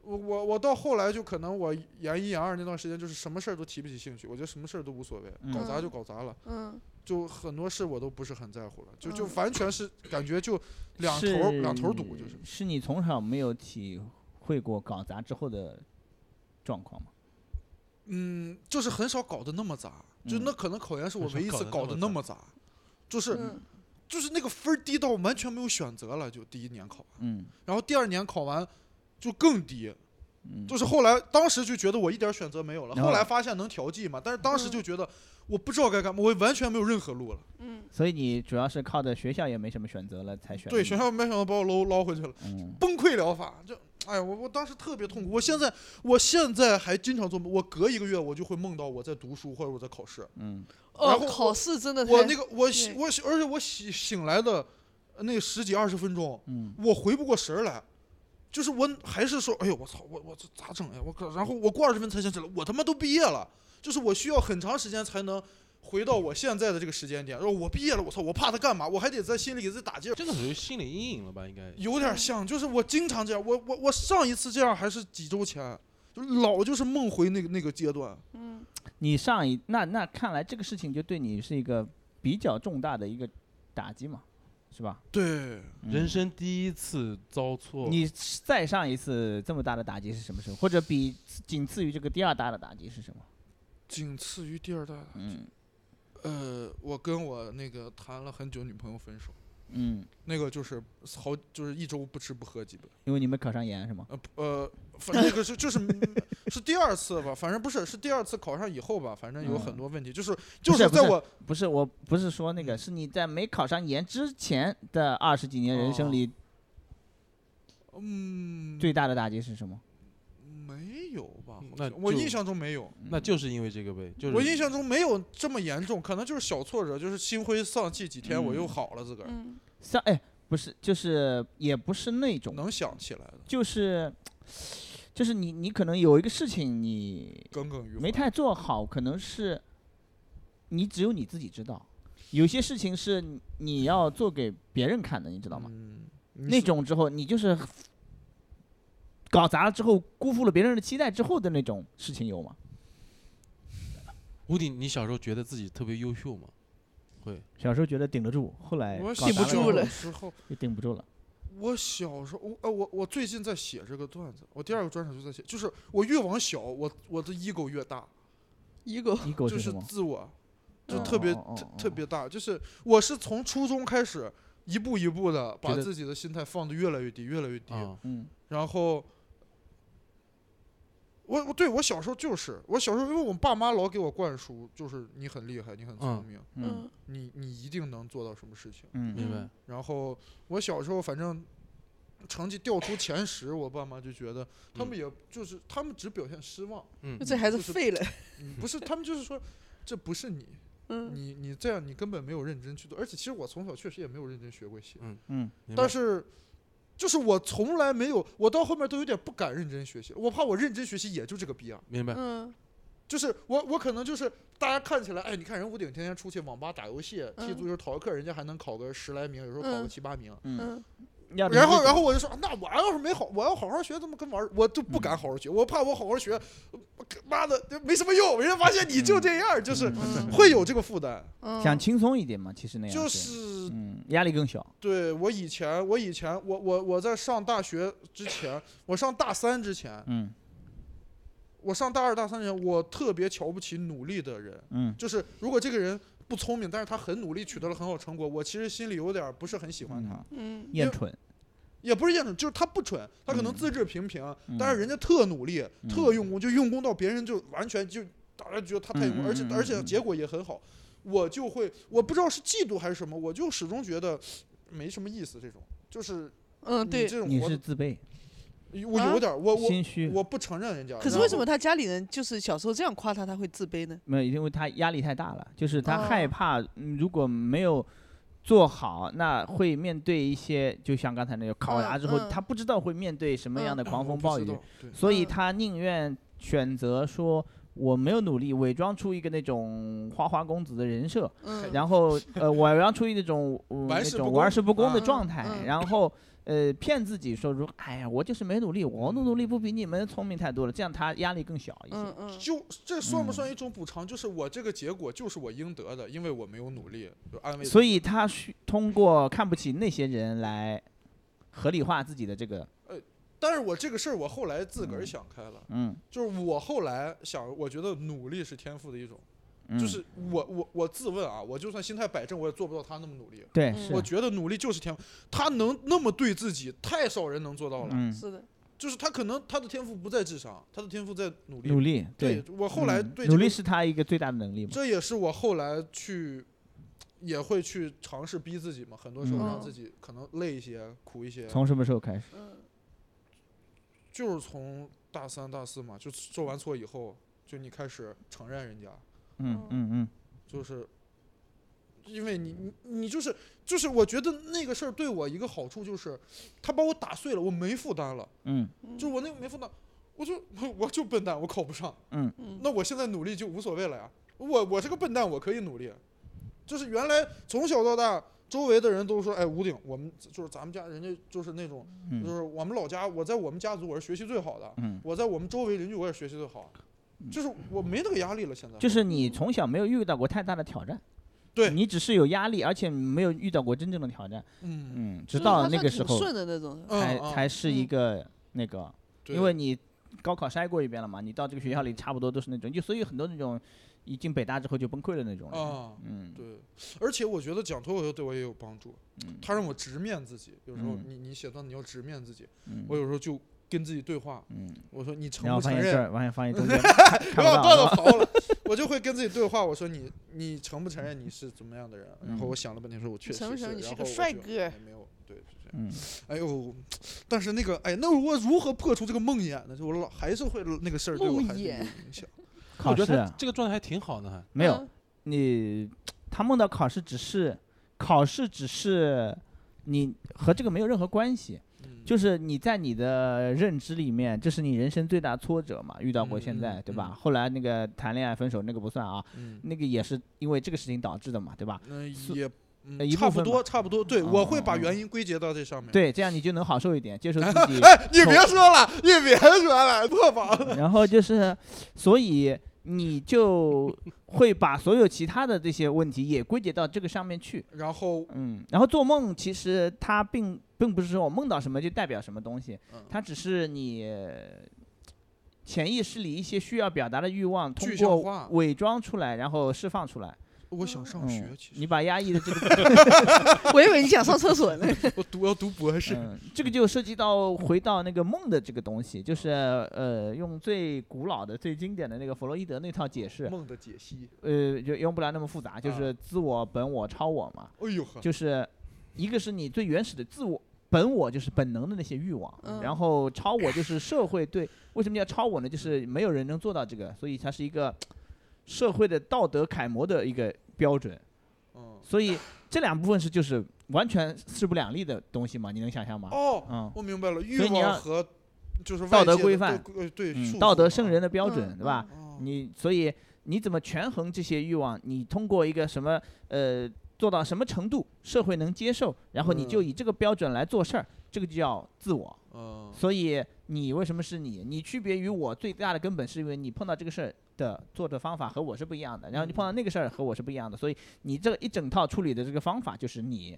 S2: 我我我到后来就可能我研一研二那段时间，就是什么事儿都提不起兴趣，我觉得什么事儿都无所谓，搞砸就搞砸了。
S3: 嗯，
S2: 就很多事我都不是很在乎了，就就
S3: 嗯
S2: 完全是感觉就两头
S4: 是
S2: 儿两头儿堵，就是
S4: 是你从小没有体会过搞砸之后的状况吗？
S2: 嗯，就是很少搞得那么杂，就
S4: 嗯
S2: 那可能考研是我
S1: 很少
S2: 唯一一
S1: 搞
S2: 次
S1: 得
S2: 搞
S1: 那
S2: 得
S1: 么
S2: 那
S1: 杂
S2: 么杂，就是
S3: 嗯
S2: 就是那个分儿低到完全没有选择了，就第一年考完，
S4: 嗯
S2: 然后第二年考完就更低，
S4: 嗯，
S2: 就是后来当时就觉得我一点儿选择没有了，
S4: 嗯
S2: 后来发现能调剂嘛，但是当时就觉得我不知道该干嘛，我完全没有任何路了，
S3: 嗯
S4: 所以你主要是靠着学校也没什么选择了才选。
S2: 对，学，校没想到把我捞捞回去了。
S4: 嗯
S2: 崩溃疗法，就哎呀，我我当时特别痛苦。我现在我现在还经常做梦，我隔一个月我就会梦到我在读书或者我在考试。
S4: 嗯
S2: 然
S3: 哦
S2: 后，我
S3: 考试真的
S2: 我
S3: 太
S2: 那个我
S3: 对
S2: 我而且我醒醒来的那十几二十分钟，
S4: 嗯
S2: 我回不过神儿来，就是我还是说，哎呦我操，我我这咋整呀？我靠！然后我过二十分才想起来，我他妈都毕业了，就是我需要很长时间才能。回到我现在的这个时间点，然后我毕业了，我操，我怕他干嘛？我还得在心里给自己打劲儿。
S1: 这个属于心理阴影了吧？应该
S2: 有点像，就是我经常这样，我我我上一次这样还是几周前，就老就是梦回那个那个阶段，
S3: 嗯
S4: 你上一那那看来这个事情就对你是一个比较重大的一个打击嘛，是吧？
S2: 对，
S1: 人
S4: 嗯
S1: 生第一次遭错，
S4: 你再上一次这么大的打击是什么时候？或者比仅次于这个第二大的打击是什么？
S2: 仅次于第二代。
S4: 嗯
S2: 呃，我跟我那个谈了很久女朋友分手，
S4: 嗯，
S2: 那个就是好就是一周不吃不喝基本，
S4: 因为你们考上研是吗？
S2: 呃不呃，反正那个是就是是第二次吧，反正不是是第二次考上以后吧，反正有很多问题，就是就
S4: 不是不
S2: 在
S4: 是
S2: 我
S4: 不是，我不是说那个，是你在没考上研之前的二十几年人生里
S2: 哦嗯
S4: 最大的打击是什么？
S2: 没有吧，好
S1: 那
S2: 像我
S1: 就
S2: 印象中没有。
S1: 那就是因为这个呗，就是
S2: 我印象中没有这么严重，可能就是小挫折，就是心灰丧气几天，
S4: 嗯
S2: 我又好了，自个儿、
S3: 嗯
S4: 像哎，不是，就是也不是那种，
S2: 能想起来的。
S4: 就是就是你你可能有一个事情你
S2: 耿耿于怀。
S4: 没太做好，可能是你只有你自己知道。有些事情是你你要做给别人看的，你知道吗？
S2: 嗯，
S4: 那种之后，你就是搞砸了之后，辜负了别人的期待之后的那种事情有吗？
S1: 吴迪，你小时候觉得自己特别优秀吗？会，
S5: 小时候觉得顶得住，后
S4: 哎
S5: 来
S2: 我
S5: 搞
S2: 小
S3: 顶不
S5: 砸
S3: 住了
S2: 时候，
S4: 就顶不住了。
S2: 我小时候，我呃，我我最近在写这个段子，我第二个专场就在写，就是我越往小，我我的 ego 越大，
S3: 一个
S4: 你狗
S2: 就是是
S4: 什么？
S2: 自我，就
S3: 嗯
S4: 哦
S2: 特别、
S4: 哦哦
S2: 特
S4: 哦
S2: 特别大，就是我是从初中开始。一步一步的把
S1: 觉得
S2: 自己的心态放得越来越低，越来越低，
S1: 啊，
S4: 嗯，
S2: 然后我我对我小时候就是我小时候，因为我爸妈老给我灌输，就是你很厉害，你很聪
S1: 嗯
S2: 明，
S4: 嗯
S2: 你你一定能做到什么事情。
S4: 嗯
S1: 明白。
S2: 然后我小时候反正成绩掉出前十，我爸妈就觉得他们也就是他们只表现失望，
S1: 嗯
S3: 这孩子
S2: 就是
S3: 废了，
S2: 嗯不是他们就是说这不是你，
S3: 嗯，
S2: 你你这样你根本没有认真去做，而且其实我从小确实也没有认真学过写，
S4: 嗯
S1: 明白
S2: 但是就是我从来没有，我到后面都有点不敢认真学习，我怕我认真学习也就这个逼样。
S1: 明白，
S3: 嗯，
S2: 就是我我可能就是大家看起来，哎，你看人屋顶天天出去网吧打游戏、踢
S3: 嗯
S2: 足球、逃课，人家还能考个十来名，有时候考个
S3: 嗯
S2: 七八名。
S4: 嗯，
S3: 嗯，
S4: 要
S2: 然后
S4: 理解
S2: 然后我就说，那我要是没好，我要好好学，怎么跟玩儿？我就不敢好好学，我怕我好好学，我妈的就没什么用，人家发现你就这样，就是
S3: 嗯
S2: 会有这个负担。
S3: 嗯
S4: 想轻松一点嘛，其实那样
S2: 就
S4: 子
S2: 是
S4: 嗯，压力更小。
S2: 对我以前，我以前，我我我在上大学之前，我上大三之前，
S4: 嗯
S2: 我上大二大三之前，我特别瞧不起努力的人。
S4: 嗯
S2: 就是如果这个人不聪明，但是他很努力，取得了很好成果，我其实心里有点儿不是很喜欢他，
S4: 嗯
S3: 嗯
S4: 厌蠢，
S2: 也不是厌蠢，就是他不蠢，他可能
S4: 嗯
S2: 自制平平，
S4: 嗯
S2: 但是人家特努力、
S4: 嗯
S2: 特用功，就用功到别人就完全就大家觉得他太用功，
S4: 嗯嗯
S2: 而且
S4: 嗯
S2: 而且
S4: 嗯
S2: 结果也很好，我就会我不知道是嫉妒还是什么，我就始终觉得没什么意思，这种就是
S3: 嗯，
S2: 你
S3: 对。
S2: 这种
S4: 你
S2: 活
S4: 是
S2: 的，
S4: 自卑、
S2: 我有点儿我我
S4: 心虚，
S2: 我不承认人家，
S3: 可是
S2: 然
S3: 为什
S2: 后
S3: 么他家里人就是小时候这样夸他，他会自卑呢？
S4: 没有，因为他压力太大了，就是他害
S3: 哦
S4: 怕，嗯如果没有做好，那会面对一些，就像刚才那个考
S3: 嗯
S4: 察之后，
S3: 嗯
S4: 他不知道会面对什么样的
S2: 嗯
S4: 狂
S2: 我
S4: 风
S2: 不
S4: 暴
S2: 知
S4: 雨
S2: 道，对
S4: 所以
S3: 嗯
S4: 他宁愿选择说。我没有努力，伪装出一个那种花花公子的人设，
S3: 嗯，
S4: 然后呃，我要出一那种、呃、
S2: 玩
S4: 那
S2: 世
S4: 种
S2: 不
S4: 玩
S2: 恭
S4: 世不恭的
S3: 嗯
S4: 状态，
S3: 嗯
S4: 然后呃骗自己说如哎呀，我就是没努力，我努努力不比你们聪明太多了，这样他压力更小一些。
S3: 嗯嗯
S2: 就这算不算一种补偿？就是我这个结果就是我应得的，因为我没有努力，就安慰自己。
S4: 所以他需通过看不起那些人来合理化自己的这个，
S2: 但是我这个事儿，我后来自个儿
S4: 嗯
S2: 想开了，
S4: 嗯，
S2: 就是我后来想，我觉得努力是天赋的一种。
S4: 嗯
S2: 就是我我我自问啊，我就算心态摆正，我也做不到他那么努力。
S4: 对，
S3: 嗯
S4: 是
S2: 我觉得努力就是天赋，他能那么对自己，太少人能做到了。
S4: 嗯，
S3: 是的，
S2: 就是他可能他的天赋不在智商，他的天赋在努力。
S4: 努力，
S2: 对，我后来
S4: 嗯
S2: 对、这
S4: 努
S2: 个
S4: 力是他一个最大的能力嘛，
S2: 这也是我后来去，也会去尝试逼自己嘛。很多时候
S4: 嗯
S2: 让自己可能累一些、苦一些，
S4: 从什么时候开始？
S3: 嗯
S2: 就是从大三、大四嘛，就受完挫以后，就你开始承认人家，
S4: 嗯嗯嗯，
S2: 就是因为你你你就是就是，我觉得那个事儿对我一个好处就是，他把我打碎了，我没负担了，
S4: 嗯
S2: 就是我那个没负担，我就 我就笨蛋，我考不上。
S3: 嗯
S2: 那我现在努力就无所谓了呀。我我是个笨蛋，我可以努力。就是原来从小到大，周围的人都说，哎，吴鼎，我们就是咱们家人家就是那种，就
S4: 嗯
S2: 是我们老家，我在我们家族我是学习最好的，
S4: 嗯，
S2: 我在我们周围邻居我也是学习最好，就是我没那个压力了。现在
S4: 就是你从小没有遇到过太大的挑战，
S2: 对
S4: 你只是有压力，而且没有遇到过真正的挑战，
S2: 嗯
S4: 嗯，
S3: 就
S4: 直
S3: 是
S4: 到
S3: 他
S4: 那
S3: 算
S4: 个时
S3: 挺
S4: 候
S3: 顺的那种，
S2: 嗯
S4: 才
S2: 嗯
S4: 才是一
S3: 嗯
S4: 个那个，
S2: 对
S4: 因为你高考筛过一遍了嘛，你到这个学校里差不多都是那种，就所以有很多那种一进北大之后就崩溃的那种人。
S2: 啊
S4: 嗯，
S2: 对，而且我觉得讲脱口秀对我也有帮助，
S4: 嗯
S2: 他让我直面自己。有时候
S4: 嗯
S2: 你你写段子你要直面自己，
S4: 嗯
S2: 我有时候就跟自己对话，
S4: 嗯，
S2: 我说你承不
S4: 然后发
S2: 承
S4: 现
S2: 认
S4: 这？儿，发现 发现中间
S2: 不
S4: 看
S2: 要
S4: 不
S2: 段
S4: 到
S2: 子
S4: 了。
S2: 刨了， 我就会跟自己对话，我说你你承不承认你是怎么样的人？然后
S4: 嗯
S2: 我想了半天，说我确实
S3: 承不承认你
S2: 然
S3: 是个
S2: 后我
S3: 帅
S2: 就
S3: 哥
S2: 哎没有，对，就这样。
S4: 嗯，
S2: 哎呦，但是那个哎，那我如何破除这个梦魇呢？就我老还是会那个事儿对我
S3: 梦
S2: 还是有
S3: 魇
S2: 影 响。
S1: 我
S4: 考
S1: 觉
S4: 试
S1: 得他
S4: 啊
S1: 这个状态还挺好的， 还
S4: 没有
S3: 嗯，
S4: 你，他梦到考试只是考试只是你和这个没有任何关系，
S2: 嗯
S4: 就是你在你的认知里面，这是你人生最大挫折嘛，遇到过现在，
S2: 嗯嗯
S4: 对吧？
S2: 嗯
S4: 后来那个谈恋爱分手那个不算啊，
S2: 嗯，
S4: 那个也是因为这个事情导致的嘛，对吧？
S2: 那
S4: 是
S2: 也嗯
S4: 呃一
S2: 差不
S4: 部分吧
S2: 多，差不多。对，我会把
S4: 嗯嗯嗯
S2: 原因归结到这上面。
S4: 对，这样你就能好受一点，接受自 己。
S2: 哎，你别说了，你别说了，破防了。
S4: 然后就是，所以你就会把所有其他的这些问题也归结到这个上面去。
S2: 然后，
S4: 嗯，然后做梦其实它并并不是说我梦到什么就代表什么东西，
S2: 嗯
S4: 它只是你潜意识里一些需要表达的欲望，通
S2: 具象化
S4: 过伪装出来，然后释放出来。
S2: 我想上学
S4: 嗯，，
S2: 其
S4: 你
S2: 实
S4: 把压抑的这个，
S3: 我以为你想上厕所呢。
S2: 我读我要读博士。
S4: 嗯，这个就涉及到回到那个梦的这个东西，就是呃，用最古老的、最经典的那个弗洛伊德那套解释，
S2: 梦的解析。
S4: 呃，就用不了那么复杂，就
S2: 啊
S4: 是自我、本我、超我嘛，
S2: 哎呦呵，
S4: 就是一个是你最原始的自我。本我就是本能的那些欲望，
S3: 嗯
S4: 然后超我就是社会对为什么叫超我呢？就是没有人能做到这个，所以它是一个社会的道德楷模的一个标准。
S2: 嗯，
S4: 所以这两部分是就是完全势不两立的东西嘛，你能想象吗？
S2: 哦，
S4: 嗯，
S2: 我明白了，欲
S4: 所以你要
S2: 望和就是外
S4: 道德
S2: 界的
S4: 规范
S2: 对呃对
S4: 嗯
S2: 束
S4: 道
S2: 缚
S4: 德
S2: 嘛
S4: 圣人。的标准，
S3: 嗯
S4: 对吧？
S2: 哦
S4: 你所以你怎么权衡这些欲望？你通过一个什么呃做到什么程度，社会能接受，然后你就
S2: 嗯
S4: 以这个标准来做事儿，这个就叫自我。
S2: 嗯，
S4: 所以你为什么是你？你区别于我最大的根本是因为你碰到这个事儿的做的方法和我是不一样的，然后你碰到
S2: 嗯
S4: 那个事儿和我是不一样的，所以你这一整套处理的这个方法就是你，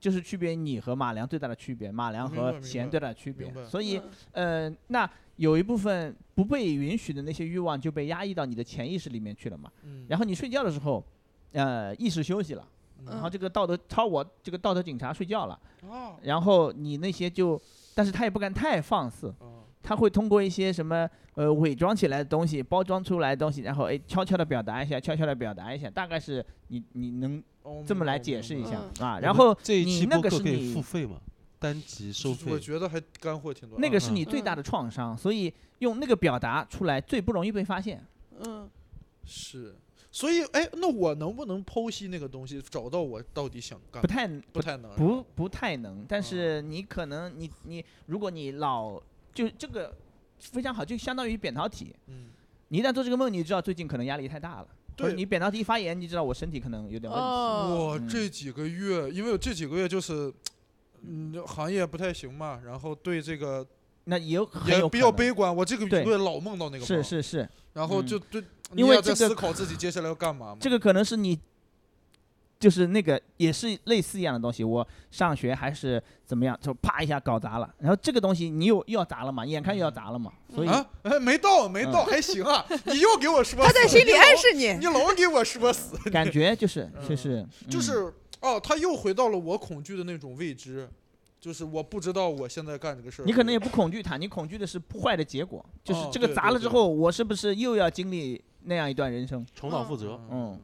S4: 就是区别你和马良最大的区别，马良
S2: 明白
S4: 和
S2: 明
S4: 贤
S2: 白
S4: 最大的区别
S2: 明白。嗯
S4: 所以呃，那有一部分不被允许的那些欲望就被压抑到你的潜意识里面去了嘛。
S2: 嗯
S4: 然后你睡觉的时候，呃，意识休息了，
S2: 嗯
S4: 然后这个道德超我这个道德警察睡觉了，
S2: 哦
S4: 然后你那些就，但是他也不敢太放肆，
S2: 哦
S4: 他会通过一些什么呃伪装起来的东西、包装出来的东西，然后哎悄悄的表达一下，悄悄的表达一下，大概是你你能
S2: 哦
S4: 这
S2: 明
S4: 么
S2: 白
S4: 来
S2: 我
S4: 解
S2: 明
S4: 释
S2: 白
S4: 一下
S3: 嗯
S4: 啊。
S1: 我
S4: 然
S1: 们
S4: 后
S1: 这一
S4: 你
S1: 期
S4: 那
S1: 播
S4: 个
S1: 客
S4: 是
S1: 可以
S4: 你
S1: 付费吗？单集收费
S2: 我，觉得还干货挺多。啊
S4: 那个是
S1: 嗯
S4: 你最大的创伤，所以用那个表达出来最不容易被发现。
S3: 嗯，
S2: 是，所以哎，那我能不能剖析那个东西，找到我到底想干
S4: 不？太
S2: 不太能。啊
S4: 不不太能，但
S2: 嗯
S4: 是你可能你你如果你老就这个非常好，就相当于扁桃体。
S2: 嗯，
S4: 你一旦做这个梦，你知道最近可能压力太大了，或者
S2: 对
S4: 你扁桃体一发炎，你知道我身体可能有点问题。
S3: 哦，
S2: 我
S4: 嗯
S2: 这几个月，因为我这几个月就是，嗯，行业不太行嘛，然后对这个
S4: 那也有很
S2: 也
S4: 有
S2: 比
S4: 可
S2: 较
S4: 能
S2: 悲观。我这个
S4: 对
S2: 月老梦到那个
S4: 是
S2: 梦，
S4: 是是，
S2: 然后
S4: 嗯
S2: 就对，
S4: 因
S2: 你
S4: 为
S2: 也在
S4: 这
S2: 思
S4: 个
S2: 考自己接下来要干嘛嘛。啊
S4: 这个可能是你就是那个也是类似一样的东西。我上学还是怎么样，就啪一下搞砸了，然后这个东西你又又要砸了嘛，眼看又要砸了嘛，所以嗯
S2: 啊， 哎没到没到，还行啊，你又给我说
S3: 他在
S2: 死
S3: 心里
S2: 你
S3: 暗
S2: 老
S3: 示你。
S2: 你老给我说死，
S4: 感觉就是就是
S2: 就
S4: 嗯
S2: 是哦，他又回到了我恐惧的那种未知，就是我不知道我现在干这个事儿。
S4: 你可能也不恐惧它，你恐惧的是不坏的结果，就是
S2: 哦
S4: 这个
S2: 对
S4: 砸
S2: 对
S4: 了之
S2: 对
S4: 后，我是不是又要经历那样一段人生？
S1: 重蹈覆辙，
S4: 嗯，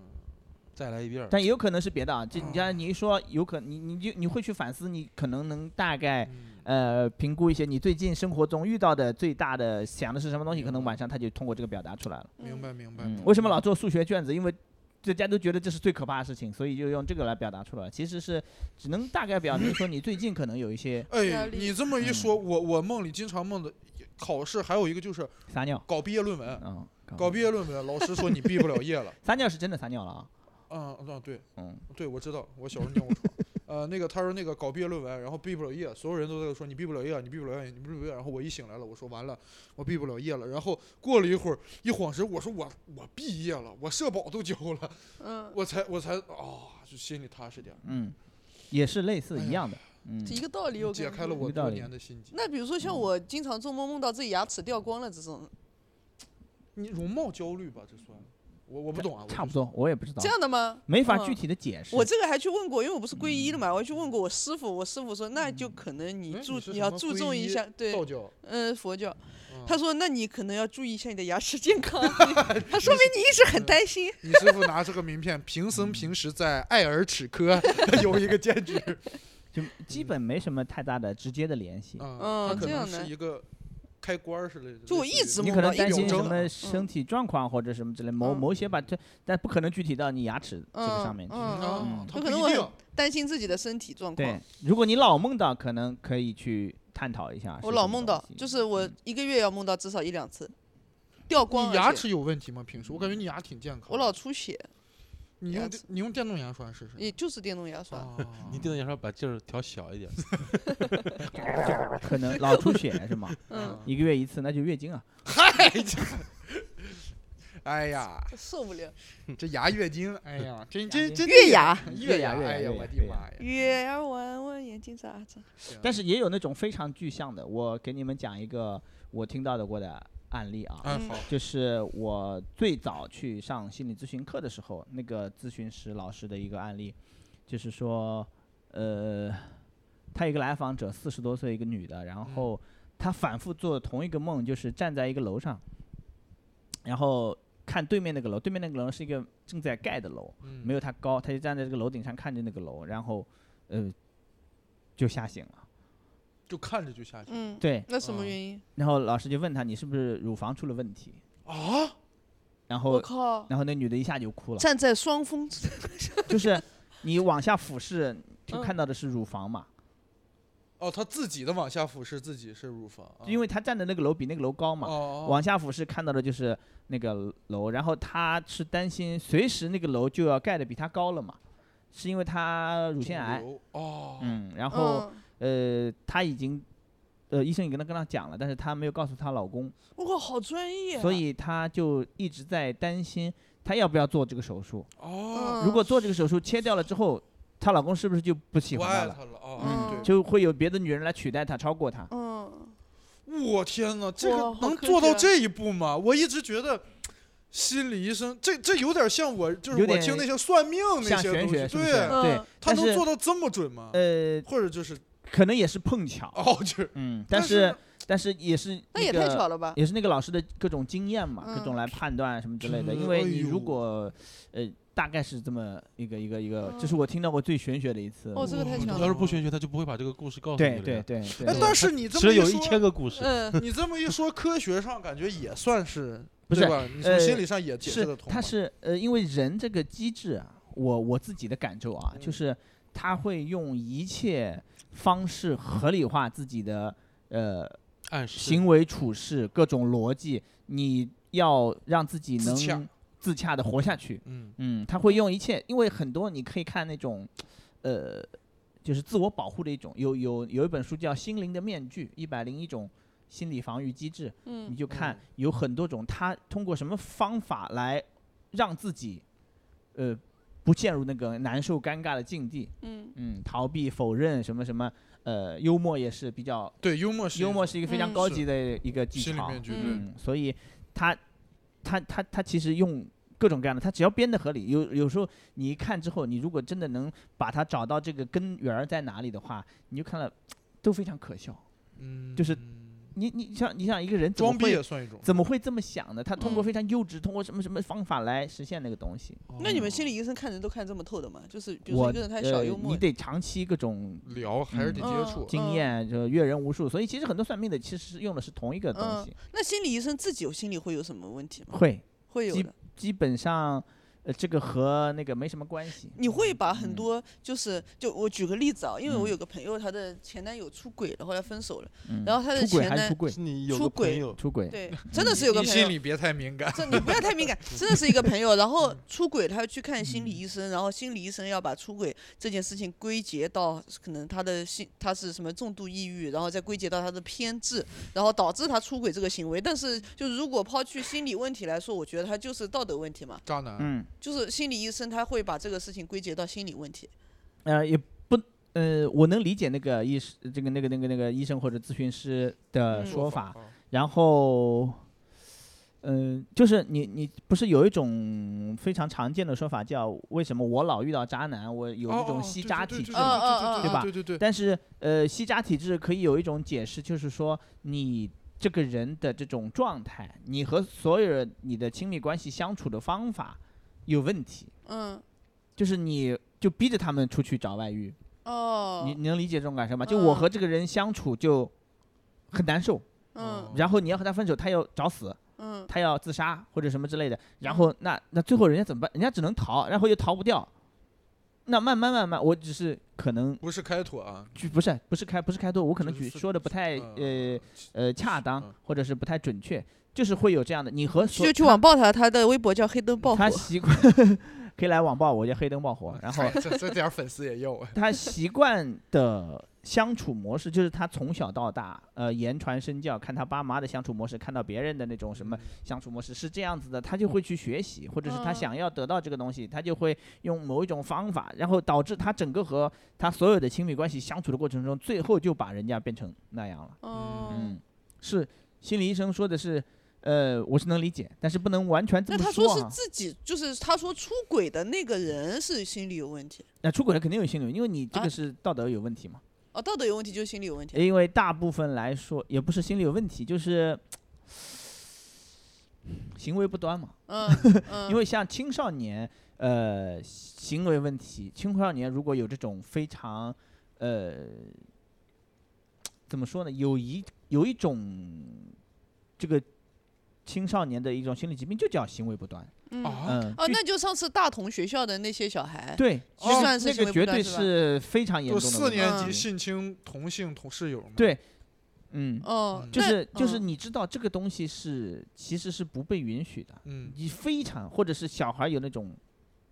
S1: 再来一遍儿。
S4: 但也有可能是别的啊，这你
S2: 哦
S4: 像你一说，有可你你就你会去反思，你可能能大概
S2: 嗯
S4: 呃评估一些你最近生活中遇到的最大的想的是什么东西，可能
S2: 明白
S4: 晚上他就通过这个表达出来了。
S2: 明白嗯明白。
S4: 嗯
S2: 明，
S4: 为什么
S2: 白
S4: 老做数学卷子？因为大家都觉得这是最可怕的事情，所以就用这个来表达出来了。其实是只能大概表明说你最近可能有一些
S2: 哎
S3: 压，力
S2: 你这么
S4: 嗯
S2: 一说，我我梦里经常梦的考试，还有一个就是
S4: 撒尿，
S2: 搞毕业论文，
S4: 嗯，
S2: 搞毕业论文，老师说你毕不了业了。
S4: 撒尿是真的撒尿了啊，
S2: 嗯嗯，对
S4: 嗯，
S2: 对，我知道，我小时候尿过床。呃，那个他说那个搞毕业论文，然后毕不了业，所有人都在说你毕不了业，你毕不了业，你毕不了业。然后我一醒来了，我说完了，我毕不了业了。然后过了一会儿，一晃神，我说我我毕业了，我社保都交了，
S3: 嗯，
S2: 我才我才啊、就心里踏实点儿，
S4: 嗯，也是类似
S2: 哎
S4: 一
S2: 呀
S4: 样的，嗯，
S3: 一个道理，我
S2: 解
S3: 感
S2: 开了
S3: 觉
S2: 我
S4: 有道
S2: 多
S4: 理
S2: 年的心结。
S3: 那比如说
S4: 嗯
S3: 像我经常做梦梦到自己牙齿掉光了这种，
S2: 你容貌焦虑吧，这算？我我不懂啊，我
S4: 差不
S2: 是。
S4: 多，我也不知道
S3: 这，样的吗？
S4: 没法
S3: 嗯
S4: 具体嗯的解释。
S3: 我这个还去问过，因为我不是皈依的嘛，我还去问过我师傅，我师傅说
S4: 嗯
S3: 那就可能你
S2: 哎
S3: 注
S2: 你是
S3: 你
S2: 什
S3: 要
S2: 么
S3: 注
S2: 皈
S3: 重一
S2: 依
S3: 下，对，
S2: 道教，
S3: 嗯，佛教。
S2: 嗯
S3: 他说那你可能要注意一下你的牙齿健 康，他说明你一直很担心。
S2: 你师傅拿这个名片，贫僧平时在爱尔齿科 有一个兼职，
S4: 就基本没什么太大的直接的联系。
S2: 嗯，
S3: 嗯
S2: 他可
S3: 这
S2: 能
S3: 样
S2: 是
S3: 的
S2: 一个开关儿似的。
S3: 就我
S2: 类似
S3: 一
S2: 于
S3: 直
S4: 你
S3: 梦
S4: 可能
S3: 到一
S4: 担
S2: 种
S4: 心
S2: 症
S4: 什
S2: 状
S4: 么身体状况或者什么之类，某
S3: 嗯
S4: 某些把这，但不可能具体到你牙齿这个上面去。
S3: 嗯
S2: 啊
S4: 嗯
S2: 它
S3: 有
S2: 不
S3: 可能
S2: 一
S3: 我
S2: 定
S3: 很担心自己的身体状况
S4: 对。，啊如果你老梦到，可能可以去探讨一下。
S3: 我老梦到，就是我
S4: 嗯
S3: 一个月要梦到至少一两次，掉光
S2: 你
S3: 而
S2: 牙
S3: 且
S2: 齿有问题吗？平时我感觉你牙挺健康的。
S3: 我老出血，
S2: 你
S3: 牙
S2: 用
S3: 齿
S2: 电你用电动牙刷试试。
S3: 也就是电动牙 刷。
S2: 啊
S1: 你电动牙刷把劲儿调小一点，
S4: 可能老出血是 吗？
S3: 嗯，
S2: 啊
S4: 一个月一次，那就月经啊。
S2: 嗨，这哎 呀，
S3: 受不了，
S2: 这牙月经，哎呀，真
S4: 牙
S2: 真
S4: 经
S2: 真
S3: 月牙，
S2: 月
S4: 牙月牙
S2: 哎呀，
S4: 月
S2: 我
S4: 牙
S2: 的
S4: 月牙
S2: 妈呀！
S3: 月儿弯弯，眼睛眨眨。
S4: 但嗯是也有那种非常具象的，我给你们讲一个我听到的过的案例啊，
S2: 哎，
S3: 嗯
S2: 好，
S4: 就是我最早去上心理咨询课的时候，那个咨询师老师的一个案例，就是说，呃，他一个来访者四十多岁一个女的，然
S2: 嗯
S4: 后她反复做同一个梦，就是站在一个楼上，然后看对面那个楼，对面那个楼是一个正在盖的楼，
S2: 嗯
S4: 没有他高，他就站在这个楼顶上看着那个楼，然后，呃，就吓醒了。
S2: 就看着就下去
S3: 嗯，
S4: 对，
S3: 那什么
S2: 嗯
S3: 原因？
S4: 然后老师就问他，你是不是乳房出了问题？
S2: 啊！
S4: 然
S3: 我
S4: 后，
S3: 靠！
S4: 然后那女的一下就 哭了，
S3: 站在双峰之，
S4: 就是你往下俯视就
S3: 嗯
S4: 看到的是乳房嘛，
S2: 哦，他自己的往下俯视自己是乳房，
S3: 哦
S2: 啊
S4: 因为他站的那个楼比那个楼高
S2: 哦
S4: 嘛，
S2: 哦，
S4: 往下俯视看到的就是那个楼，然后他是担心随时那个楼就要盖得比他高了嘛，是因为他乳
S2: 乳
S4: 腺癌，
S2: 哦，
S4: 嗯，然后。
S3: 嗯，
S4: 呃，她已经，呃，医生已经跟她跟她讲了，但是她没有告诉她老公，
S3: 嗯哇，好专业啊。
S4: 所以她就一直在担心她要不要做这个手术。
S2: 哦，
S3: 嗯
S4: 如果做这个手术切掉了之后，她老公是不是就不喜
S2: 不
S4: 欢
S2: 爱
S4: 她
S2: 他
S4: 了？
S2: 了哦，
S3: 嗯
S2: 对，
S4: 就会有别的女人来取代她，超过她。
S3: 嗯，
S2: 我天哪，这
S3: 哇
S2: 个
S3: 好
S2: 能
S3: 科
S2: 做
S3: 学
S2: 到
S3: 啊
S2: 这一步吗？我一直觉得心理医生，这这有点像我，就
S4: 有
S2: 是我
S4: 点
S2: 听那些算命那
S4: 像
S2: 些
S4: 玄
S2: 东西，
S4: 学是不是？
S2: 对，
S4: 对
S3: 嗯，
S2: 他
S4: 但
S2: 能
S4: 是
S2: 做到这么准吗？
S4: 呃，
S2: 或者就是
S4: 可能也是碰巧，
S2: 哦，就是
S4: 嗯，
S2: 但是
S4: 但是但是也是
S3: 那也
S4: 个
S3: 太巧了吧？
S4: 也是那个老师的各种经验嘛，各
S3: 嗯
S4: 种来判断什么之类的。
S2: 嗯
S4: 因为你
S2: 哎呦
S4: 如果呃大概是这么一个一个一个，这是我听到过最玄学的一 次。
S3: 嗯哦这个太
S2: 我
S3: 强
S1: 你
S3: 了
S1: 要是不玄学，他就不会把这个故事告诉你
S4: 对
S1: 了
S4: 对
S1: 呀。呃
S4: 对
S2: 哎
S4: 对，，
S2: 但是你这
S1: 其
S2: 么
S1: 实有
S2: 一
S1: 一千
S2: 说，
S1: 个故事，
S3: 嗯，
S2: 你这么一说，科学上感觉也算是
S4: 不
S2: 对
S4: 是
S2: 吧？你从
S4: 呃
S2: 心理上也解释
S4: 是
S2: 得通
S4: 它
S2: 嘛。
S4: 是呃，因为人这个机制啊，我我自己的感受啊，
S2: 嗯
S4: 就是他会用一切方式合理化自己的呃
S1: 暗示
S4: 行为处事各种逻辑，你要让自己
S2: 自洽
S4: 能自洽的活下去。
S2: 嗯
S4: 嗯，他会用一切，因为很多你可以看那种，呃，就是自我保护的一种，有有有一本书叫《心灵的面具》，一百零一种心理防御机制，你
S3: 嗯，
S4: 就看
S2: 嗯
S4: 有很多种，他通过什么方法来让自己，呃，不陷入那个难受尴尬的境地，
S3: 嗯，
S4: 嗯，逃避、否认什么什么，呃，幽默也是比较，
S2: 对，幽默是
S4: 幽
S2: 一
S4: 默
S2: 种
S4: 是一个非常
S3: 嗯
S4: 高
S2: 是
S4: 级的一个技
S2: 心里
S4: 巧，
S2: 面具，
S3: 嗯
S2: 对
S4: 嗯，所以他他他他其实用各种各样的，他只要编的合理，有有时候你一看之后，你如果真的能把它找到这个根源儿在哪里的话，你就看了都非常可笑。
S2: 嗯，
S4: 就是你你像你想一个人怎么
S2: 装逼也
S4: 会
S2: 算一种。
S4: 怎么会这么想呢？他通过
S3: 嗯
S4: 非常幼稚，通过什么什么方法来实现那个东西。
S3: 那你们
S2: 哦
S3: 心理医生看人都看这么透的吗？就是比如
S4: 我
S3: 说一个人他小
S4: 呃
S3: 幽默
S4: 你，得长期各种
S2: 聊还是得
S3: 嗯
S2: 接触，
S4: 经
S3: 嗯
S4: 验，就阅人无数，所以其实很多算命的其实是用的是同一个东
S3: 嗯
S4: 西，
S3: 那心理医生自己有心理会有什么问题吗？
S4: 会
S3: 会有
S4: 基
S3: 的。
S4: 基本上呃这个和那个没什么关系。
S3: 你会把
S4: 嗯
S3: 很多就是就我举个例子啊，因为我
S4: 嗯
S3: 有个朋友，她的前男友出轨了，后来分手了，
S4: 嗯
S3: 然后他的
S4: 出轨
S3: 前
S4: 还是
S3: 男
S4: 出轨
S1: 是你有
S3: 出
S1: 个朋
S3: 轨
S1: 友，
S4: 出轨，
S3: 对，真的是有个
S2: 你
S3: 朋
S2: 心
S3: 友。
S2: 里别太敏感。
S3: 这你不要太敏感， 真的是一个朋友。然后出轨，他要去看心理医生，然后心理医生要把出轨这件事情归结到可能他的心，他是什么重度抑郁，然后再归结到他的偏执，然后导致他出轨这个行为。但是，就如果抛去心理问题来说，我觉得他就是道德问题嘛，
S2: 渣男，
S4: 嗯，
S3: 就是心理医生他会把这个事情归结到心理问题。
S4: 呃，也不，呃，我能理解那个医师，这个那个那个那个医生或者咨询师的
S3: 嗯
S4: 说
S2: 法
S4: 法，
S2: 啊
S4: 然后。嗯、就是你，你不是有一种非常常见的说法叫“为什么我老遇到渣男，我有
S2: 哦
S4: 一种
S2: 哦
S4: 吸
S2: 对
S4: 渣
S2: 对
S4: 体
S2: 对
S4: 质”
S2: 对
S3: 嘛嗯
S2: 对
S3: 嗯嗯
S2: 对
S4: 嗯
S2: 对对对对，
S4: 但是，呃，吸渣体质可以有一种解释，就是说你这个人的这种状态，你和所有人你的亲密关系相处的方法有问题，
S3: 嗯，
S4: 就是你就逼着他们出去找外遇，
S3: 哦
S4: 你，你能理解这种感受吗？就我
S3: 嗯
S4: 和这个人相处就很难受，
S3: 嗯
S4: 然后你要和他分手，他要找死，
S3: 嗯
S4: 哦他要自杀或者什么之类的，然后那那最后人家怎么办？人家只能逃，然后又逃不掉。那慢慢慢慢，我只是可能
S2: 不是开拓啊，
S4: 举不是不是开不是开拓，我可能
S2: 就是
S4: 举
S2: 分
S4: 说的不太呃
S2: 呃，
S4: 呃恰当
S2: 嗯
S4: 或者是不太准确，就是会有这样的。你和所
S3: 就去网暴他，他的微博叫黑灯爆火
S4: 他。习惯可以来网暴我，叫黑灯爆
S2: 嗯
S4: 火。然后
S2: 这这点儿粉丝也有，
S4: 他习惯的相处模式就是他从小到大，呃，言传身教，看他爸妈的相处模式，看到别人的那种什
S2: 嗯
S4: 么相处模式是这样子的，他就会去学习，或者是他
S3: 嗯
S4: 想要得到这个东西，他就会用某一种方法，然后导致他整个和他所有的亲密关系相处的过程中，最后就把人家变成那样了。
S3: 嗯，
S4: 嗯，是心理医生说的是，呃，我是能理解，但是不能完全这
S3: 那
S4: 么
S3: 他说是
S4: 啊。
S3: 自己，就是他说出轨的那个人是心理有问题。
S4: 那出轨了肯定有心理，因为你这
S3: 啊
S4: 个是道德有问题嘛。
S3: 哦，道德有问题就是心理有问题。
S4: 因为大部分来说也不是心理有问题，就是行为不端嘛。
S3: 嗯嗯，
S4: 因为像青少年，呃，行为问题，青少年如果有这种非常，呃，怎么说呢，有一有一种这个青少年的一种心理疾病，就叫行为不端。
S3: 嗯
S2: 啊
S4: 嗯，
S3: 哦，
S4: 就
S3: 那就上次大同学校的那些小孩，
S4: 对，
S3: 就
S4: 就是
S3: 算是
S4: 那
S3: 行
S4: 个
S3: 为
S4: 绝
S3: 不端
S4: 对
S3: 是吧嗯
S4: 是非常严
S2: 就
S4: 重的
S2: 四
S4: 问
S2: 年
S4: 题
S2: 级性侵同性同室友嘛，
S4: 对嗯，
S3: 哦，
S2: 嗯
S4: 就
S3: 那
S4: 是就是
S3: 嗯
S4: 你知道这个东西是其实是不被允许的，
S2: 嗯
S4: 你非常或者是小孩有那种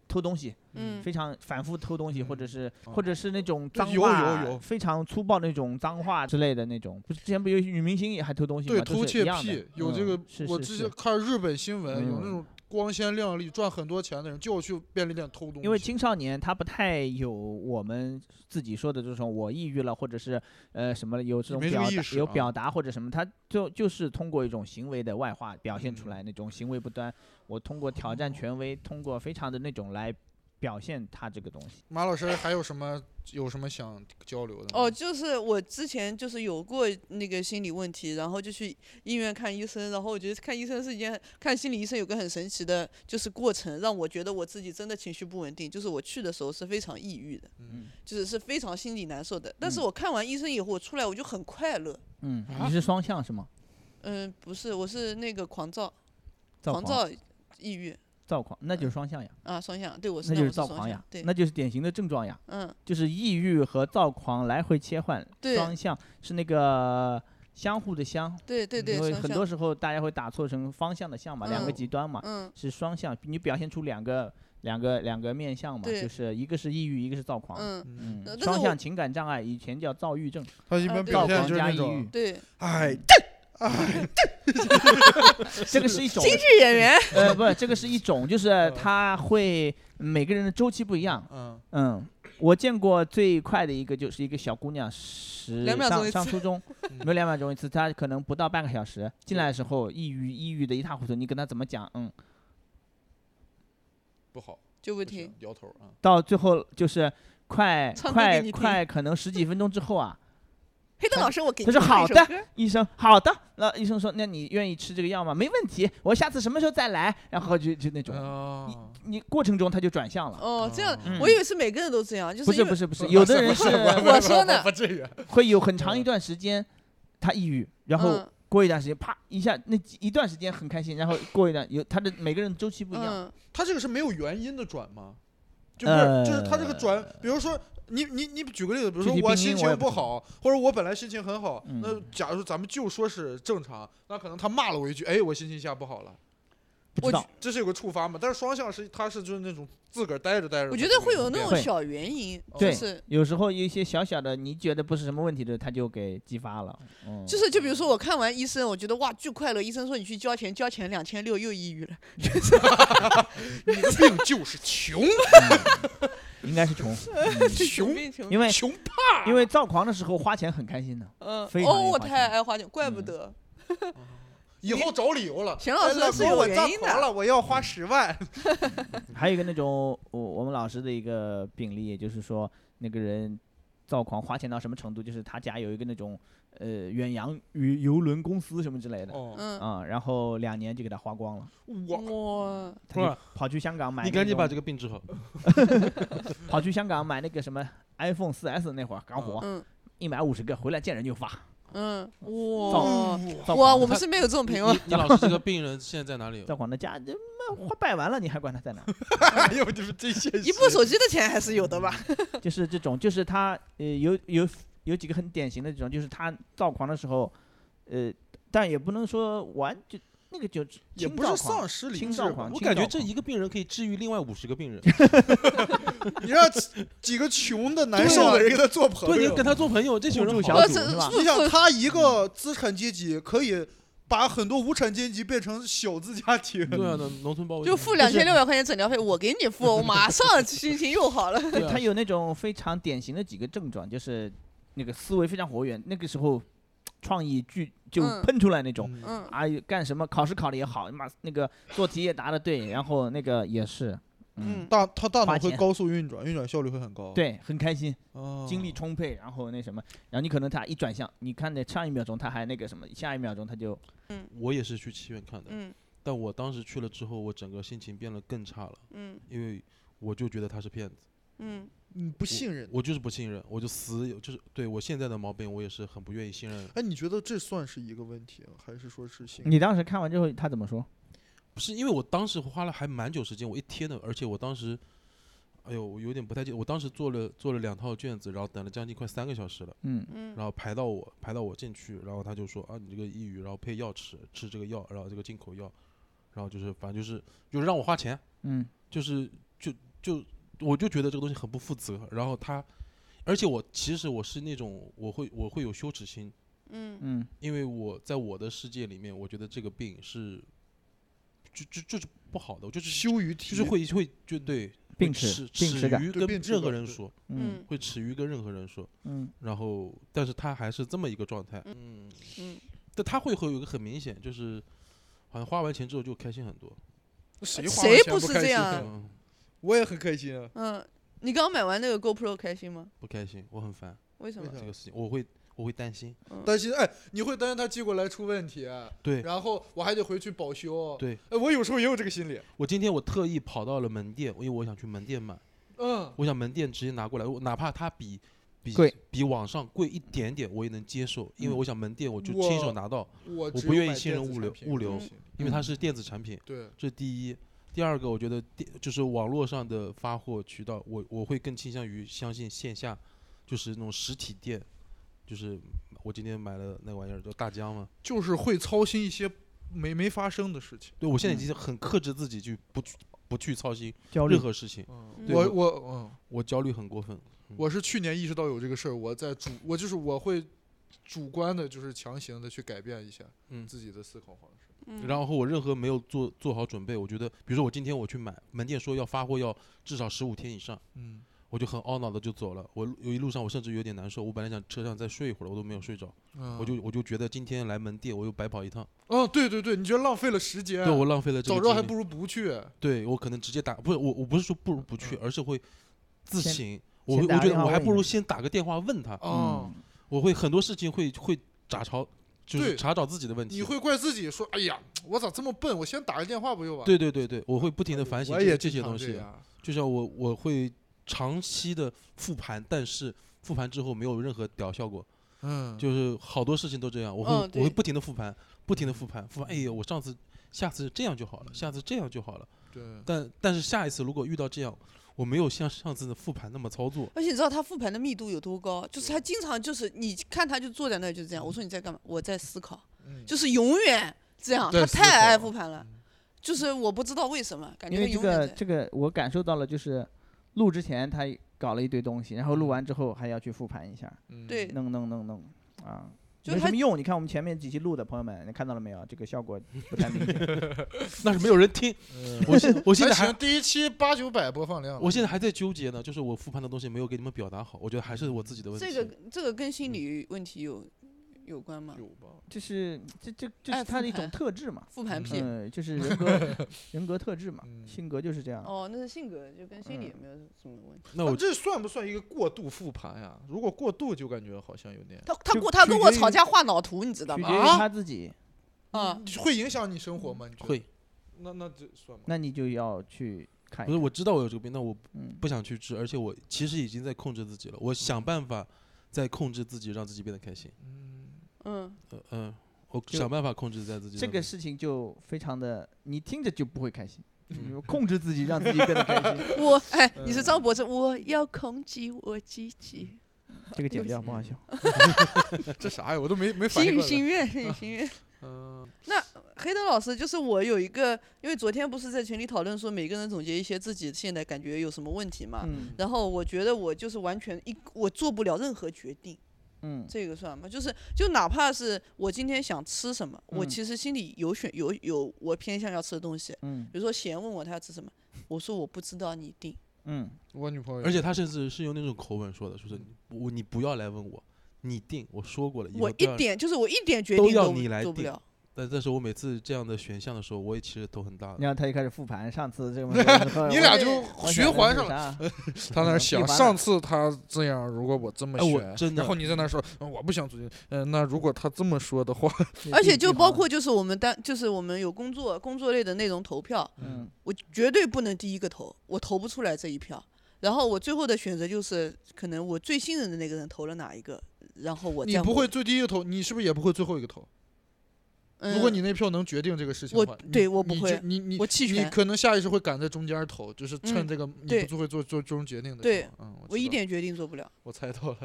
S4: 偷东西，
S3: 嗯
S4: 非常反复偷东西，或者
S2: 嗯
S4: 是
S2: 哦
S4: 或者是那种
S2: 对
S4: 脏
S2: 有
S4: 话，
S2: 有有
S4: 非常粗暴那种脏话之类的那种。不是之前不有女明星也还偷东西
S2: 对
S4: 吗？都
S2: 偷
S4: 是一
S2: 窃
S4: 样的
S2: 癖有
S4: 嗯
S2: 这个
S4: 是，
S2: 我
S4: 是
S2: 之
S4: 是
S2: 前看日本新闻有那
S4: 嗯
S2: 种光鲜亮丽赚很多钱的人就去便利店偷东西，
S4: 因为青少年他不太有我们自己说的这种我抑郁了，或者是呃什么有这种
S2: 没这
S4: 表
S2: 个
S4: 达
S2: 意识
S4: 有
S2: 啊
S4: 表达或者什么，他就就是通过一种行为的外化表现
S2: 嗯
S4: 出来那种行为不端。我通过挑战权威，通过非常的那种来表现他这个东西。
S2: 马老师还有什么有什么想交流的吗？
S3: 哦，就是我之前就是有过那个心理问题，然后就去医院看医生，然后我觉得看医生是一件看心理医生有个很神奇的，就是过程让我觉得我自己真的情绪不稳定，就是我去的时候是非常抑郁的，
S2: 嗯，
S3: 就是是非常心里难受的。但是
S4: 嗯
S3: 我看完医生以后，我出来我就很快乐。
S4: 嗯，
S2: 啊
S4: 你是双向是吗？
S3: 嗯，不是，我是那个狂躁、
S4: 躁
S3: 狂
S4: 狂
S3: 躁、抑郁
S4: 躁狂，那就是双向呀，
S3: 啊，双向。对，我是
S4: 那
S3: 那
S4: 就
S3: 我
S4: 是
S3: 是
S4: 躁
S3: 双
S4: 狂呀
S3: 向。，对，
S4: 那就是典型的症状呀，
S3: 嗯，
S4: 就是抑郁和躁狂来回切换，
S3: 对
S4: 双向是那个相互的相，
S3: 对对对，
S4: 因为
S3: 双
S4: 很
S3: 向。
S4: 多时候大家会打错成方向的向嘛，两个
S3: 嗯
S4: 极端嘛，
S3: 嗯，
S4: 是双向，你表现出两个两个两个面相嘛，
S3: 对
S4: 就是一个是抑郁，一个是躁狂，
S3: 嗯，
S2: 嗯，
S4: 嗯
S3: 呃但，是
S4: 双
S3: 我
S4: 向情感障碍以前叫躁郁症，
S2: 他一般
S3: 啊对
S2: 表
S4: 躁
S2: 现
S4: 狂
S2: 就是
S4: 加
S2: 那
S4: 抑
S2: 种
S4: 郁，
S3: 对，
S2: 哎，
S4: 这个 是一种
S3: 京剧演 员，
S4: 呃不，这个是一种，就是他会每个人的周期不一样，
S2: 嗯，
S4: 嗯，我见过最快的一个就是一个小姑娘，十
S3: 两秒钟
S4: 上
S3: 一
S4: 上
S3: 次
S4: 初中
S2: 嗯，
S4: 没有两秒钟一次，她可能不到半个小时进来的时候，抑郁抑郁的一塌糊涂，你跟她怎么讲？嗯，
S2: 不好，
S3: 就不
S2: 不
S3: 听
S2: 行，。摇头啊，
S4: 到最后就是快
S3: 唱歌给
S4: 快
S3: 你听
S4: 快，可能十几分钟之后啊，
S3: 黑灯老师，我给
S4: 他
S3: 你
S4: 说
S3: 唱一
S4: 好
S3: 首
S4: 的
S3: 歌，
S4: 医生好的，那医生说那你愿意吃这个药吗？没问题，我下次什么时候再来？然后就就那种，
S2: 啊，
S4: 你过程中她就转向了。
S3: 哦，这样，
S4: 嗯
S3: 我以为是每个人都这样，就是
S4: 不是
S3: 因为
S4: 不是不是，有的人是
S3: 我说 呢
S2: 不至于，啊
S4: 会有很长一段时间，她抑郁，然后
S3: 嗯
S4: 过一段时间，啪一下，那几一段时间很开心，然后过一段有他的每个人周期不一样，
S3: 嗯
S2: 他这个是没有原因的转吗？就不是，就是他这个转，比如说你你你举个例子，比如说
S4: 呃具体病因
S2: 心
S4: 我也
S2: 情
S4: 不知道
S2: 好，或者我本来心情很好，
S4: 嗯
S2: 那假如咱们就说是正常，那可能他骂了我一句，哎，我心情一下不好了，
S4: 不知道。
S2: 这是有个触发嘛？但是双向是他是就是那种自个儿待着待着，
S3: 嗯我觉得会有那
S2: 变
S3: 种
S4: 会
S3: 小原因，就
S4: 哦对嗯
S3: 是
S4: 有时候有一些小小的，你觉得不是什么问题的，他就给激发了。嗯，
S3: 就是就比如说我看完医生，我觉得哇巨快乐，医生说你去交钱，交钱两千六又抑郁了，
S2: 你的病就是穷
S4: 嗯 应该是穷，
S2: 穷
S3: 病穷，
S4: 嗯因 为
S2: 穷怕，
S4: 因为躁狂的时候花钱很开心的。
S3: 嗯，
S4: 非常
S3: 哦，我
S4: 有花
S3: 太
S4: 钱
S3: 爱花钱，怪不
S4: 嗯
S3: 得
S2: 以后找理由了。
S3: 钱老
S2: 哎
S4: 呃
S3: 师
S2: 老
S3: 是
S2: 公
S3: 有
S2: 我
S3: 原
S2: 躁
S3: 因
S2: 狂
S3: 的，
S2: 了，我要
S4: 嗯
S2: 花十万。
S4: 还有一个那种我我们老师的一个病例，也就是说那个人躁狂花钱到什么程度，就是他家有一个那种呃远洋与游轮公司什么之类的。
S2: 哦，
S3: 嗯，
S4: 啊、然后两年就给他花光了，
S2: 我
S3: 哇，
S4: 他
S1: 哇
S4: 就跑去香港买那
S1: 你
S4: 种。
S1: 赶紧把这个病治好。
S4: 跑去香港买那个什么 iPhone 4S 那会儿刚火，
S3: 嗯，
S4: 一买五十个，回来见人就发。
S3: 嗯，
S4: 造
S3: 哇
S4: 造
S3: 哇，
S4: 访
S3: 我们身边有这种朋友，
S1: 你老师这个病人现在在哪 里？
S4: 在广的家，这妈花拜完了，你还管他在哪？
S2: 哎呦，你们这些
S3: 嗯 一部手机的钱还是有的吧？
S4: 就是这种，就是他呃有有有几个很典型的这种，就是他躁狂的时候，呃，但也不能说完就那个就
S2: 也
S4: 轻
S2: 不
S4: 躁
S2: 是
S4: 狂
S2: 丧失理
S4: 轻
S2: 智
S4: 躁，狂，
S1: 我
S4: 轻
S1: 感觉
S4: 躁
S1: 这
S4: 狂
S1: 一个病人可以治愈另外五十个病 人。
S2: 你让几几个穷的难
S1: 对
S2: 受
S1: 啊
S2: 的人跟他做朋
S1: 对，你
S2: 友，
S1: 跟他做朋友，这群
S4: 互
S1: 人好
S4: 助小
S3: 我
S4: 组
S3: 这
S4: 是吧
S2: 你想他一个资产阶级可以把很多无产阶级变成小资家庭，
S1: 对啊，那农村包围
S3: 就付两千六百块钱诊疗费，我给你付，我马上心情又好了。
S1: 对啊
S4: 他有那种非常典型的几个症状，就是那个思维非常活跃，那个时候创意巨就
S3: 嗯
S4: 喷出来那种。
S2: 嗯，
S3: 嗯，
S4: 啊，干什么考试考的也好，妈那个做题也答的对，然后那个也是，嗯，
S3: 嗯
S2: 大他大脑
S4: 花
S2: 会
S4: 钱
S2: 高速运转，运转效率会很高，，
S4: 对，很开心，
S5: 嗯
S2: 哦、
S4: 精力充沛，然后那什么，然后你可能他一转向，你看那上一秒钟他还那个什么，下一秒钟他就
S1: 我也是去七院看的，
S3: 嗯
S1: 但我当时去了之后，我整个心情变得更差了，
S3: 嗯
S1: 因为我就觉得他是骗子，
S3: 嗯，
S2: 嗯不信任。
S1: 我就是不信任，我就死就是对我现在的毛病，我也是很不愿意信任人。
S2: 哎，你觉得这算是一个问题，还是说是信任？
S4: 你当时看完之后他怎么说？
S1: 不是因为我当时花了还蛮久时间，我一天的，而且我当时，哎呦，我有点不太记得，我当时做了做了两套卷子，然后等了将近快三个小时了。
S4: 嗯，
S1: 然后排到我，排到我进去，然后他就说啊，你这个抑郁，然后配药吃，吃这个药，然后这个进口药，然后就是反正就是就是让我花钱，
S4: 嗯，
S1: 就是就就我就觉得这个东西很不负责。然后他，而且我其实我是那种我会我会有羞耻心，
S3: 嗯
S4: 嗯，
S1: 因为我在我的世界里面，我觉得这个病是就就就是不好的，我就是
S2: 羞于
S1: 就
S2: 提，
S1: 是会会就对
S4: 病耻
S1: 耻
S4: 病耻感
S1: 于
S2: 对
S1: 跟
S2: 病耻
S1: 任何
S2: 感
S1: 人
S2: 对
S1: 说，
S4: 嗯
S1: 会耻于跟任何人说。
S4: 嗯
S1: 然后，但是他还是这么一个状态，嗯
S3: 嗯，
S1: 但他会会有一个很明显，就是好像花完钱之后就开心很多，
S2: 谁花
S3: 谁
S2: 完钱
S3: 不
S2: 不
S3: 是
S2: 开
S3: 这
S2: 心
S3: 样啊
S1: 嗯，
S2: 我也很开心啊。
S3: 嗯，你刚买完那个 GoPro 开心吗？
S1: 不开心，我很烦
S3: 为什
S2: 为
S3: 么嗯
S2: 啥？
S1: 这个事情，我会我会担心，
S2: 担心哎，你会担心他寄过来出问题，啊
S1: 对
S2: 然后我还得回去保修。
S1: 对，
S2: 哎，我有时候也有这个心理。
S1: 我今天我特意跑到了门店，因为我想去门店买，
S2: 嗯，
S1: 我想门店直接拿过来，我哪怕它比比
S4: 贵
S1: 比网上贵一点点，我也能接受，因为
S4: 嗯
S1: 我想门店我就
S2: 我
S1: 亲手拿到，
S2: 我只
S1: 不
S2: 有
S1: 愿意
S2: 买
S1: 信
S2: 电
S1: 任
S2: 子
S1: 物
S2: 产
S1: 流
S2: 品
S1: 物
S2: 这个
S1: 流
S2: 东西
S1: 因为它是电子产品，
S2: 对，
S1: 这第一。第二个，我觉得电就是网络上的发货渠道，我我会更倾向于相信线下，就是那种实体店，就是我今天买了那个玩意儿叫大疆嘛。
S2: 就是会操心一些没没发生的事情。
S1: 对我现在
S4: 嗯
S1: 已经很克制自己去不去不去操心
S5: 焦虑
S1: 任，何事情，
S2: 嗯，
S1: 对
S2: 我我嗯，
S1: 我焦虑很过分。
S2: 我是去年意识到有这个事儿，我在主我就是我会主观的，就是强行的去改变一下
S1: 嗯
S2: 自己的思考方式。
S3: 嗯
S4: 嗯
S1: 然后我任何没有做做好准备，我觉得，比如说我今天我去买门店说要发货要至少十五天以上，
S2: 嗯，
S1: 我就很懊恼的就走了。我有一路上我甚至有点难受，我本来想车上再睡一会儿，我都没有睡着，我就我就觉得今天来门店我又白跑一趟，
S2: 嗯，对对对，你觉得浪费了时间，
S1: 对我浪费了这
S2: 早
S1: 个
S2: 知道还
S1: 精力嗯
S2: 不。如不去。
S1: 对我可能直接打，不是我我不是说不如不去，
S2: 嗯
S1: 而是会自
S4: 先
S1: 省。我会
S4: 先
S1: 我
S4: 打个
S1: 觉
S4: 电
S1: 得
S4: 话
S1: 我还
S4: 问
S1: 不
S4: 一
S1: 如
S4: 下
S1: 先打个电话问他，
S2: 哦，
S4: 嗯
S1: 我会很多事情会会查找，就是
S2: 对
S1: 查找自己的问题。
S2: 你会怪自己说，哎呀，我咋这么笨？我先打个电话不就完？
S1: 对对对对，我会不停的反省
S2: 我
S1: 这
S2: 也
S1: 些这
S2: 经
S1: 些
S2: 常
S1: 东
S2: 这
S1: 西，啊
S2: 样
S1: 就像我我会长期的复盘，但是复盘之后没有任何屌效果，
S2: 嗯，
S1: 就是好多事情都这样，我会、
S3: 嗯
S1: 我
S3: 对
S1: 会不停的复盘，不
S2: 嗯
S1: 停的复盘，复盘，哎呀，我上次下次这样就好了，下次这样就好了，
S2: 对，
S1: 但但是下一次如果遇到这样，我没有像上次的复盘那么操作。
S3: 而且你知道他复盘的密度有多高？就是他经常就是你看他就坐在那儿就这样。我说你在干嘛？我在思考，
S2: 嗯
S3: 就是永远这样。
S2: 在
S3: 他
S2: 思
S3: 太爱
S2: 考
S3: 复盘了
S2: 嗯，
S3: 就是我不知道为什么，感
S4: 因
S3: 觉他
S4: 为这
S3: 永
S4: 个
S3: 远在。
S4: 这个我感受到了，就是录之前他搞了一堆东西，然后录完之后还要去复盘一下，
S2: 嗯
S3: 嗯对
S4: 弄弄弄弄啊，
S3: 就
S4: 没
S3: 他
S4: 什么用。你看我们前面几期录的朋友们，你看到了没有？这个效果不太 明显。
S1: 那是没有人听。
S2: 嗯
S1: 我现我现在
S2: 还
S1: 还
S2: 行第一期八九百播放量，
S1: 我现在还在纠结呢，就是我复盘的东西没有给你们表达好，我觉得还是我自己的问题。
S3: 这个这个跟心理问题有有关吗？
S2: 有吧？
S4: 就是这这这
S3: 爱
S4: 是他
S3: 复
S4: 的一种
S3: 盘
S4: 特质嘛，
S3: 复盘癖。
S4: 嗯，就是人格人格特质嘛，
S2: 嗯
S4: 性格就是这样。
S3: 哦，那是性格，就跟心理
S4: 嗯
S3: 也没有什么问题。
S1: 那
S2: 那
S1: 我
S2: 这算不算一个过度复盘呀？如果过度，就感觉好像有点
S3: 他他
S4: 就
S3: 过他
S4: 取
S3: 跟我
S4: 决于
S3: 吵架画脑图，你知道
S4: 取
S3: 吗？
S4: 决于
S2: 啊
S4: 他自己，
S3: 啊，
S2: 会影响你生活吗？你觉得？
S1: 会
S2: 那那这算吗？
S4: 那你就要去看
S1: 不
S4: 一
S1: 是
S4: 看。
S1: 我知道我有这个病，但我
S4: 嗯，
S1: 不想去治，而且我其实已经在控制自己了，我想办法在控制自己，让自己变得开心。
S2: 嗯，
S3: 嗯，
S1: 呃嗯，我
S4: 就
S1: 想办法控制在自己
S4: 这
S1: 上
S4: 个
S1: 面
S4: 事情就非常的，你听着就不会开心，
S1: 嗯
S4: 你控制自己让自己变得开 心。
S3: 我哎，你是
S2: 嗯
S3: 张柏芝，我要控制我自己，
S5: 这个剪掉不好笑。
S2: 这啥呀？我都没没 反应
S3: 心与
S2: 过来。
S3: 心愿，心与心愿。
S2: 嗯，
S3: 黑灯老师，就是我有一个，因为昨天不是在群里讨论说每个人总结一些自己现在感觉有什么问题嘛，
S4: 嗯
S3: 然后我觉得我就是完全一我做不了任何决定，
S4: 嗯
S3: 这个算吗？就是就哪怕是我今天想吃什么，我
S4: 嗯
S3: 其实心里有选有有我偏向要吃的东西，
S4: 嗯
S3: 比如说贤问我他要吃什么，我说我不知道，你定。
S4: 嗯，
S2: 我女朋友也
S1: 而且他甚至是用那种口吻说的，说是你不你不要来问我，你定，我说过了，以后
S3: 我
S1: 不
S3: 一
S1: 要来。
S3: 点就是我一点决
S1: 都
S3: 定
S1: 要
S3: 都
S1: 你来
S3: 做不
S1: 定
S3: 了。
S1: 但但是我每次这样的选项的时候，我也其实头很大的。
S4: 然后他就开始复盘上次这个问题，
S2: 你俩就循环上了。
S4: 了。
S2: 他那儿想，
S4: 一般的
S2: 上次他这样，如果我这么
S1: 哎我
S2: 选，
S1: 真的
S2: 然后你在那儿说，嗯我不想组织，嗯、那如果他这么说的话，
S3: 而且就包括就是我们单就是我们有工作工作类的内容投票，
S4: 嗯
S3: 我绝对不能第一个投，我投不出来这一票。然后我最后的选择就是可能我最信任的那个人投了哪一个，然后 我
S2: 你
S3: 再
S2: 不会
S3: 回，
S2: 最第一个投，你是不是也不会最后一个投？
S3: 嗯、
S2: 如果你那票能决定这个事情的
S3: 我
S2: 话，你
S3: 对我
S2: 你
S3: 不
S2: 就
S3: 会
S2: 你你
S3: 我弃
S2: 你
S3: 权，
S2: 可能下意识会赶在中间投，就是趁
S3: 嗯
S2: 这个你
S3: 对
S2: 不最会做做最终决定的
S3: 对
S2: 时候。嗯，
S3: 我一
S2: 知道
S3: 点决定做不了。
S2: 我猜到了，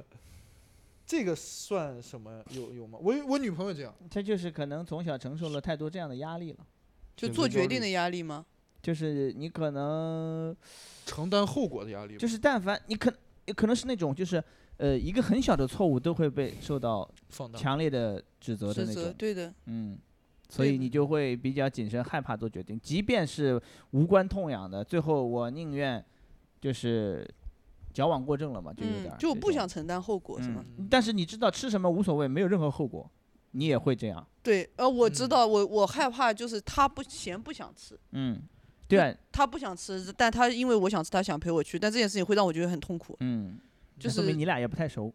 S2: 这个算什么？有有吗？我我女朋友这样，
S4: 嗯他就是可能从小承受了太多这样的压力了，
S3: 就
S2: 选择
S3: 做
S2: 焦
S3: 决定
S2: 虑
S3: 的压力吗？
S4: 就是你可能
S2: 承担后果的压力吧，
S4: 就是但凡你可也可能是那种就是呃一个很小的错误都会被受到
S2: 放大。
S4: 强烈的指责的
S3: 指
S4: 那
S3: 责
S4: 种，
S3: 对的，
S4: 嗯，所
S3: 对
S4: 以
S3: 的
S4: 你就会比较谨慎，害怕做决定，即便是无关痛痒的，最后我宁愿就是矫枉过正了嘛，就有点
S3: 嗯
S4: 儿，
S3: 就我
S4: 这
S3: 不
S4: 种
S3: 想承担后果是吗？
S2: 嗯
S4: 嗯，但是你知道吃什么无所谓，没有任何后果，你也会这样，
S3: 对，呃，我知
S2: 嗯
S3: 道，我我害怕就是他不嫌不想吃，
S4: 嗯，对啊，
S3: 他不想吃，但他因为我想吃，他想陪我去，但这件事情会让我觉得很痛苦，
S4: 嗯，
S3: 就
S5: 那说明
S3: 是
S5: 你俩也不太熟。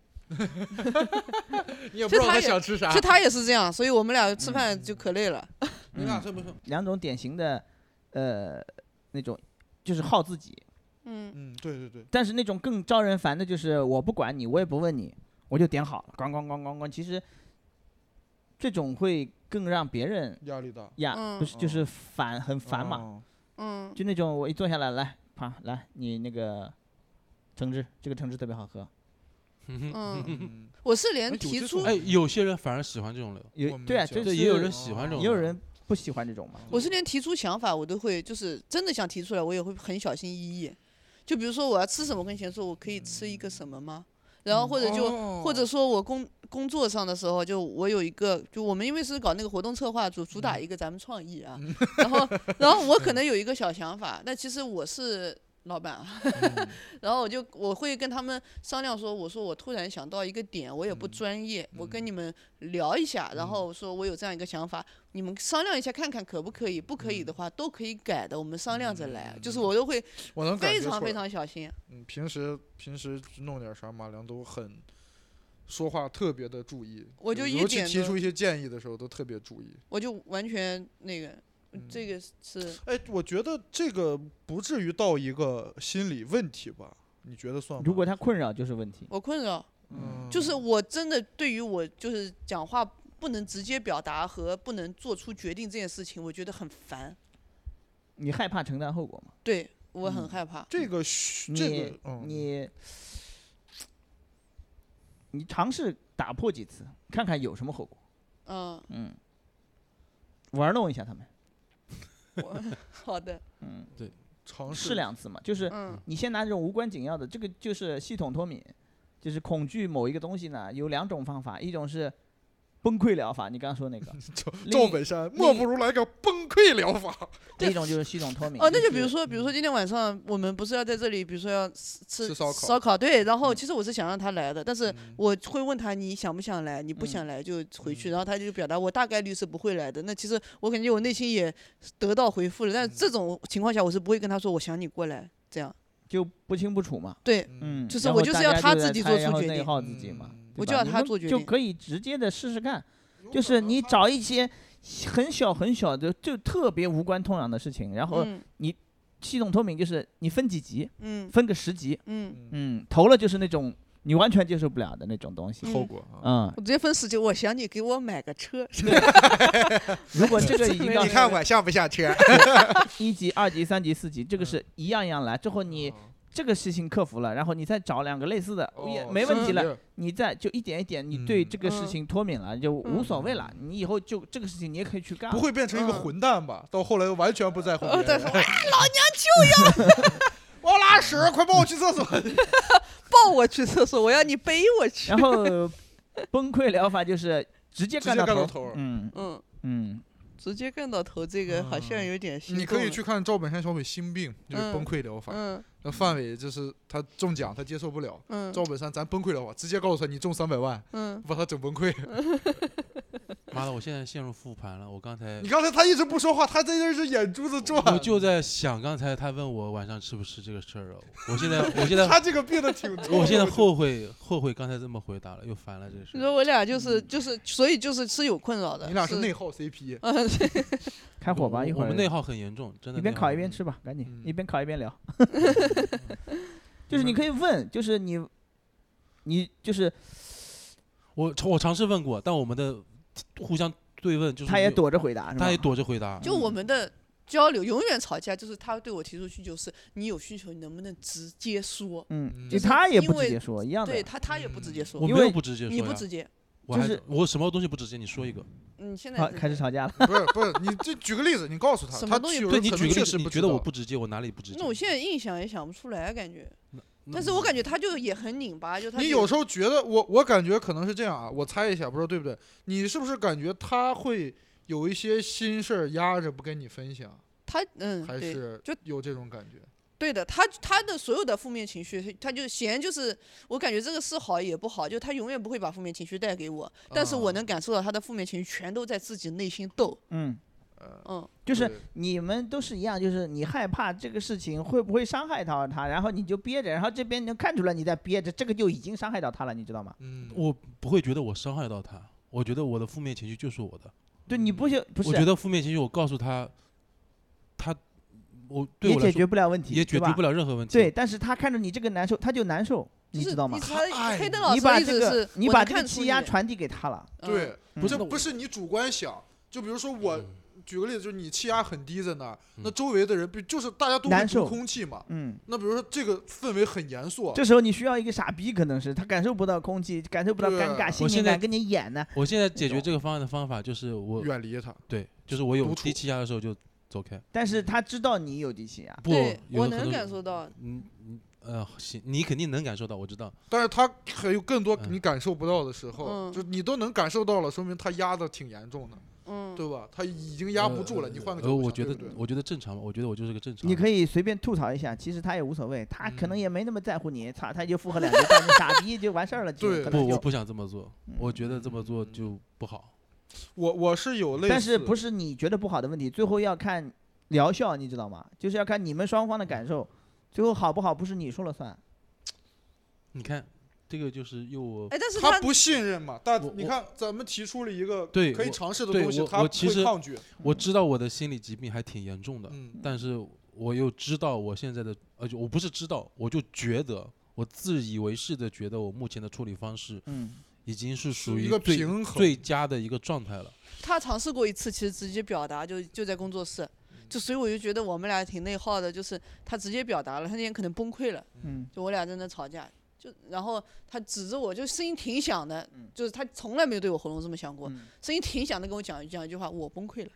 S2: 你也不知道
S3: 其实他
S2: 他
S3: 也
S2: 想吃啥
S3: 其实，他也是这样，所以我们俩吃饭就可累了。
S2: 你
S3: 嗯
S2: 俩算不算？
S4: 两种典型的呃那种就是好自己，
S3: 嗯，
S2: 嗯，对对对，
S4: 但是那种更招人烦的就是我不管你，我也不问你，我就点好了，咣咣咣咣咣。其实这种会更让别人
S2: 压力大，
S4: 呀，
S3: 嗯
S4: 不是就是烦很烦嘛，
S2: 哦。
S3: 嗯，
S4: 就那种我一坐下来，来啪来你那个橙汁，这个橙汁特别好喝。
S3: 嗯，
S2: 嗯
S3: 我是
S2: 哎
S3: 连
S2: 有
S3: 提
S2: 这
S3: 出
S2: 种，
S1: 哎，有些人反而喜欢这种流，
S4: 有
S2: 我没
S4: 对啊，
S2: 见
S4: 这
S2: 过
S1: 对，
S4: 是
S1: 也有人喜欢这种，
S4: 也有人不喜欢这种嘛。
S3: 我是连提出想法我都会，就是真的想提出来，我也会很小心翼翼。就比如说我要吃什么，我跟贤说我可以吃一个什么吗？然后或者就
S2: 哦
S3: 或者说我工工作上的时候，就我有一个，就我们因为是搞那个活动策划，主
S2: 嗯
S3: 主打一个咱们创意啊， 然后然后我可能有一个小想法，但其实我是老板啊，
S2: 嗯
S3: 然后我就我会跟他们商量说，我说我突然想到一个点，我也不
S2: 嗯
S3: 专业，我跟
S2: 嗯
S3: 你们聊一下，
S2: 嗯
S3: 然后说我有这样一个想法，你们商量一下看看可不可以，不可以的话都可以改的，我们商量着来，就是
S2: 嗯
S3: 我都会
S2: 我能感
S3: 非
S2: 觉出
S3: 常非
S2: 来。
S3: 常小心，
S2: 嗯，平时平时弄点啥，马良都很说话特别的注意，
S3: 我就一
S2: 尤其
S3: 点
S2: 提
S3: 都
S2: 出一些建议的时候都特别注意。
S3: 我就完全那个
S2: 嗯，
S3: 这个是。
S2: 哎，我觉得这个不至于到一个心理问题吧？你觉得算吗？
S4: 如果他困扰就是问题，
S3: 我困扰，
S2: 嗯
S3: 就是我真的对于我就是讲话不能直接表达和不能做出决定这件事情，我觉得很烦，
S4: 你害怕承担后果嘛？
S3: 对我很
S4: 嗯
S3: 害怕。
S2: 这个需这
S4: 你
S2: 个，嗯，
S4: 你你尝试打破几次，看看有什么后果。
S3: 嗯，
S4: 嗯，玩弄一下他们，
S3: 我好的，
S4: 嗯，
S2: 尝试
S4: 试两次嘛，就是
S3: 嗯
S4: 你先拿这种无关紧要的，这个就是系统脱敏，就是恐惧某一个东西呢，有两种方法，一种是崩溃疗法，你刚刚说 那个，
S2: 赵
S4: 另
S2: 赵
S4: 一
S2: 本山，
S4: 另
S2: 莫
S4: 一
S2: 不如来个崩溃疗法，
S4: 另一种就是系统脱敏。
S3: 哦，那就比如
S4: 是
S3: 说，比如说今天晚上我们不是要在这里，比如说要吃
S2: 吃
S3: 吃
S2: 烧烤
S3: 烧烤，对。然后
S4: 嗯
S3: 其实我是想让他来的，但是
S2: 嗯
S3: 我会问他你想不想来，你不
S4: 嗯
S3: 想来就回去。
S2: 嗯
S3: 然后他就表达我大概率是不会来的。那其实我感觉我内心也得到回复了，但
S2: 嗯
S3: 这种情况下我是不会跟他说我想你过来这样。
S4: 就不清不楚嘛，
S3: 对，
S4: 嗯，
S3: 就是
S4: 然
S3: 我
S4: 后
S3: 就
S4: 大
S3: 是要
S4: 家
S3: 他
S4: 就
S3: 自
S4: 在
S3: 己
S4: 他
S3: 做
S4: 然
S3: 出
S4: 后
S3: 决
S4: 内
S3: 定
S4: 耗自己嘛。
S2: 嗯
S4: 对
S3: 我就
S4: 吧
S3: 要
S4: 你
S3: 他
S4: 们
S3: 做决
S4: 就
S3: 定
S4: 可以直接的试试看，
S2: 有
S4: 就
S2: 可
S4: 是
S2: 能
S4: 你
S2: 他
S4: 找一些很小很小的，就特别无关痛痒的事情，然后
S3: 嗯
S4: 系统脱敏就是你分几级，
S3: 嗯
S4: 分个十级，
S3: 嗯
S2: 嗯
S4: 嗯，投了就是那种你完全接受不了的那种东西。
S3: 后
S6: 果啊。
S4: 嗯，
S3: 我直接分十九，我想你给我买 个车，
S4: 如果这个已经到
S6: 你看我像不像车？
S4: 一级、二级、三级、四级，这个是一样一样来。之后
S2: 啊
S4: 你
S2: 哦
S4: 这个事情克服了，然后你再找两个类似的，也
S2: 哦
S4: 没问题了。
S2: 了。
S4: 你再就一点一点，你对
S6: 嗯
S4: 这个事
S3: 嗯
S4: 情脱敏了，就无所谓了。你以后就这个事情你也可以去干
S2: 不
S4: 了。
S2: 会变成一个
S3: 嗯
S2: 混蛋吧？到后来又完全不在乎
S4: 呃
S2: 别人。
S3: 对，哎，老娘
S2: 我要拉屎，
S4: 嗯
S2: 快帮我去 厕所。
S3: 抱我去厕所，我要你背 我去。
S4: 然后崩溃疗法就是直接
S2: 直接
S4: 干到
S2: 干到
S4: 头
S2: 头
S4: 儿。嗯
S3: 嗯，
S4: 嗯，
S3: 直接干到头，这个好像有点心
S2: 嗯你
S3: 动
S2: 可
S3: 了。
S2: 以去看赵本山小品《心病》，就是崩溃疗法。
S3: 嗯
S2: 那范伟就是他中奖，他接受不了。
S3: 嗯
S2: 赵本山，咱崩溃疗法，直接告诉他你中三百万，
S3: 嗯，
S2: 把他整崩溃。
S1: 妈的，我现在陷入复盘了。我刚 才
S2: 你刚才他一直不说话，他在那是眼珠子转。
S1: 我就在想，刚才他问我晚上吃不吃这个事儿啊。我现 在，我现在，
S2: 他这个病的挺重的。
S1: 我现在后悔，后悔刚才这么回答了，又烦了这事
S3: 你
S1: 儿。
S3: 说我俩就是就是，所以就是是有困扰
S2: 嗯
S3: 的。
S2: 你俩是内耗 CP，
S3: 嗯，对
S4: 开火吧，
S1: 我
S4: 一会
S1: 我
S4: 儿
S1: 们内耗很严重，真的。
S4: 一边烤一边吃吧，赶紧
S2: 嗯
S4: 一边烤一边聊。就是你可以问，就是你，你就是
S1: 我尝我尝试问过，但我们的互相对问就是
S4: 他也
S1: 没有，
S4: 躲着回答，是吧
S1: 他也躲着回答。
S3: 就我们的交流永远吵架，就是他对我提出需求是，你有需求你能不能直接说？
S4: 嗯，
S2: 嗯
S4: 就
S3: 就是
S4: 他也
S3: 因
S4: 不直
S3: 为
S4: 接说一样的
S3: 对，他，他也不直接
S1: 我
S3: 说，
S4: 因
S1: 没有
S4: 为
S1: 不直接说
S3: 你不
S1: 呀
S3: 直接，
S1: 我
S4: 就
S1: 还
S4: 是
S1: 我什么东西不直接？你说一个。
S3: 你现在
S4: 好
S3: 是
S4: 啊开始吵架了。
S2: 不是不是，你就举个例子，你告诉他，
S3: 什么
S2: 他
S3: 东西
S2: 有
S3: 不
S1: 对
S2: 人
S1: 你
S2: 可
S1: 举
S2: 能
S1: 个例
S2: 确
S1: 子，
S2: 实
S1: 你
S2: 不
S1: 觉
S2: 知
S1: 得
S2: 道
S1: 我不直接，我哪里不直接？
S3: 那我现在印象也想不出来，感觉。
S1: 那
S3: 但是我感觉他就也很拧巴，就他
S2: 你有时候觉得我，我感觉可能是这样啊，我猜一下，不知道对不对？你是不是感觉他会有一些心事儿压着不跟你分享，
S3: 他嗯，
S2: 还
S3: 对
S2: 是
S3: 就
S2: 有这种感觉？
S3: 对的，他他的所有的负面情绪，他就嫌就是我感觉这个是好也不好，就他永远不会把负面情绪带给我，但是我能感受到他的负面情绪全都在自己内心斗，
S4: 嗯，
S2: 呃，
S3: 嗯，
S4: 就是
S2: 对
S4: 你们都是一样，就是你害怕这个事情会不会伤害到他，然后你就憋着，然后这边能看出来你在憋着，这个就已经伤害到他了，你知道吗？
S2: 嗯，
S1: 我不会觉得我伤害到他，我觉得我的负面情绪就是我的。
S4: 对你不就不
S1: 嗯
S4: 是，
S1: 我觉得负面情绪，我告诉他，他我对
S4: 也
S1: 我来
S4: 解
S1: 说
S4: 决不了问题，
S1: 也解
S4: 对
S1: 决
S4: 吧
S1: 不了任何问题。
S4: 对，，但是他看着你这个难受，他就难受，
S3: 就
S4: 你
S3: 是
S4: 知道吗
S3: 你？他
S2: 哎
S3: 黑灯老
S4: 你
S3: 师的
S4: 把
S3: 意
S4: 这
S3: 思
S4: 个
S3: 是，
S4: 你
S3: 我
S4: 把
S3: 能
S4: 这个
S3: 看出
S4: 气
S3: 你
S4: 压
S3: 的
S4: 传递给他了，
S3: 嗯
S2: 对，不
S4: 嗯
S1: 那
S2: 是
S1: 我嗯
S2: 不是你主观想，就比如说我举个例子，就是你气压很低在那儿，那周围的人比就是大家都
S4: 难
S2: 会
S4: 受
S2: 读空气嘛。
S4: 嗯。
S2: 那比如说这个氛围很严
S1: 哦
S2: 肃，
S4: 这时候你需要一个傻逼，可能是他感受不到空气，感受不到
S2: 对
S4: 尴尬，
S1: 啊
S4: 新
S1: 我
S4: 鲜
S1: 现在
S4: 感，跟你演呢。
S1: 我现在解
S4: 那
S1: 决这个方案的方法就是我
S2: 远离他。
S1: 对，就是我有
S2: 独处
S1: 低气压的时候就走开。
S4: 但是他知道你有低啊气压，
S1: 不，
S3: 对，
S1: 有
S3: 我
S1: 的可
S3: 能
S1: 能
S3: 感
S1: 是
S3: 受到，
S1: 嗯嗯呃，行，你肯定能感受到，我知道。
S2: 但是他还有更多
S1: 嗯
S2: 你感受不到的时候，
S3: 嗯
S2: 就你都能感受到了，说明他压的挺严重的，
S3: 嗯，
S2: 对吧？他已经压不住了，
S1: 呃
S2: 你换个角
S1: 呃，
S2: 度
S1: 我
S2: 想
S1: 觉得
S2: 对不对
S1: 我觉得正常吧，我觉得我就是个正常。
S4: 你可以随便吐槽一下，其实他也无所谓，他可能
S2: 嗯
S4: 也没那么在乎你，操，他就附和两句，当你傻逼就完事儿了，就
S2: 对
S4: 可能
S1: 不，我
S4: 就。
S1: 不想这么做，我觉得这么做
S2: 嗯
S1: 就不好。
S2: 我我是有类似，
S4: 但是不
S2: 是
S4: 是你觉得不好的问题，最后要看疗效，你知道吗？就是要看你们双方的感受，最后好不好不是你说了算。
S1: 你看，这个就是又我
S3: 哎，但是
S2: 他不信任嘛？但
S1: 我
S2: 你看咱们提出了一个
S1: 对
S2: 可以
S1: 我
S2: 尝试的
S1: 对
S2: 东西，
S1: 我
S2: 他
S1: 我其
S2: 会
S1: 实
S2: 抗拒。
S1: 我知道我的心理疾病还挺严重的，
S2: 嗯，
S1: 但是我又知道我现在的，呃，就我不是知道，我就觉得，我自以为是的觉得我目前的处理方式
S4: 嗯，
S1: 已经是
S2: 是
S1: 属
S2: 一
S1: 于
S2: 个
S1: 最
S2: 平衡
S1: 最佳的一个状态了。
S3: 他尝试过一次，其实直接表达就就在工作室，就所以我就觉得我们俩挺内耗的，就是他直接表达了，他那天可能崩溃了，
S4: 嗯，
S3: 就我俩在那吵架，就然后他指着我，就声音挺响的
S4: 嗯，
S3: 就是他从来没有对我喉咙这么响过，
S4: 嗯
S3: 声音挺响的跟我讲讲一句话，我崩 溃了。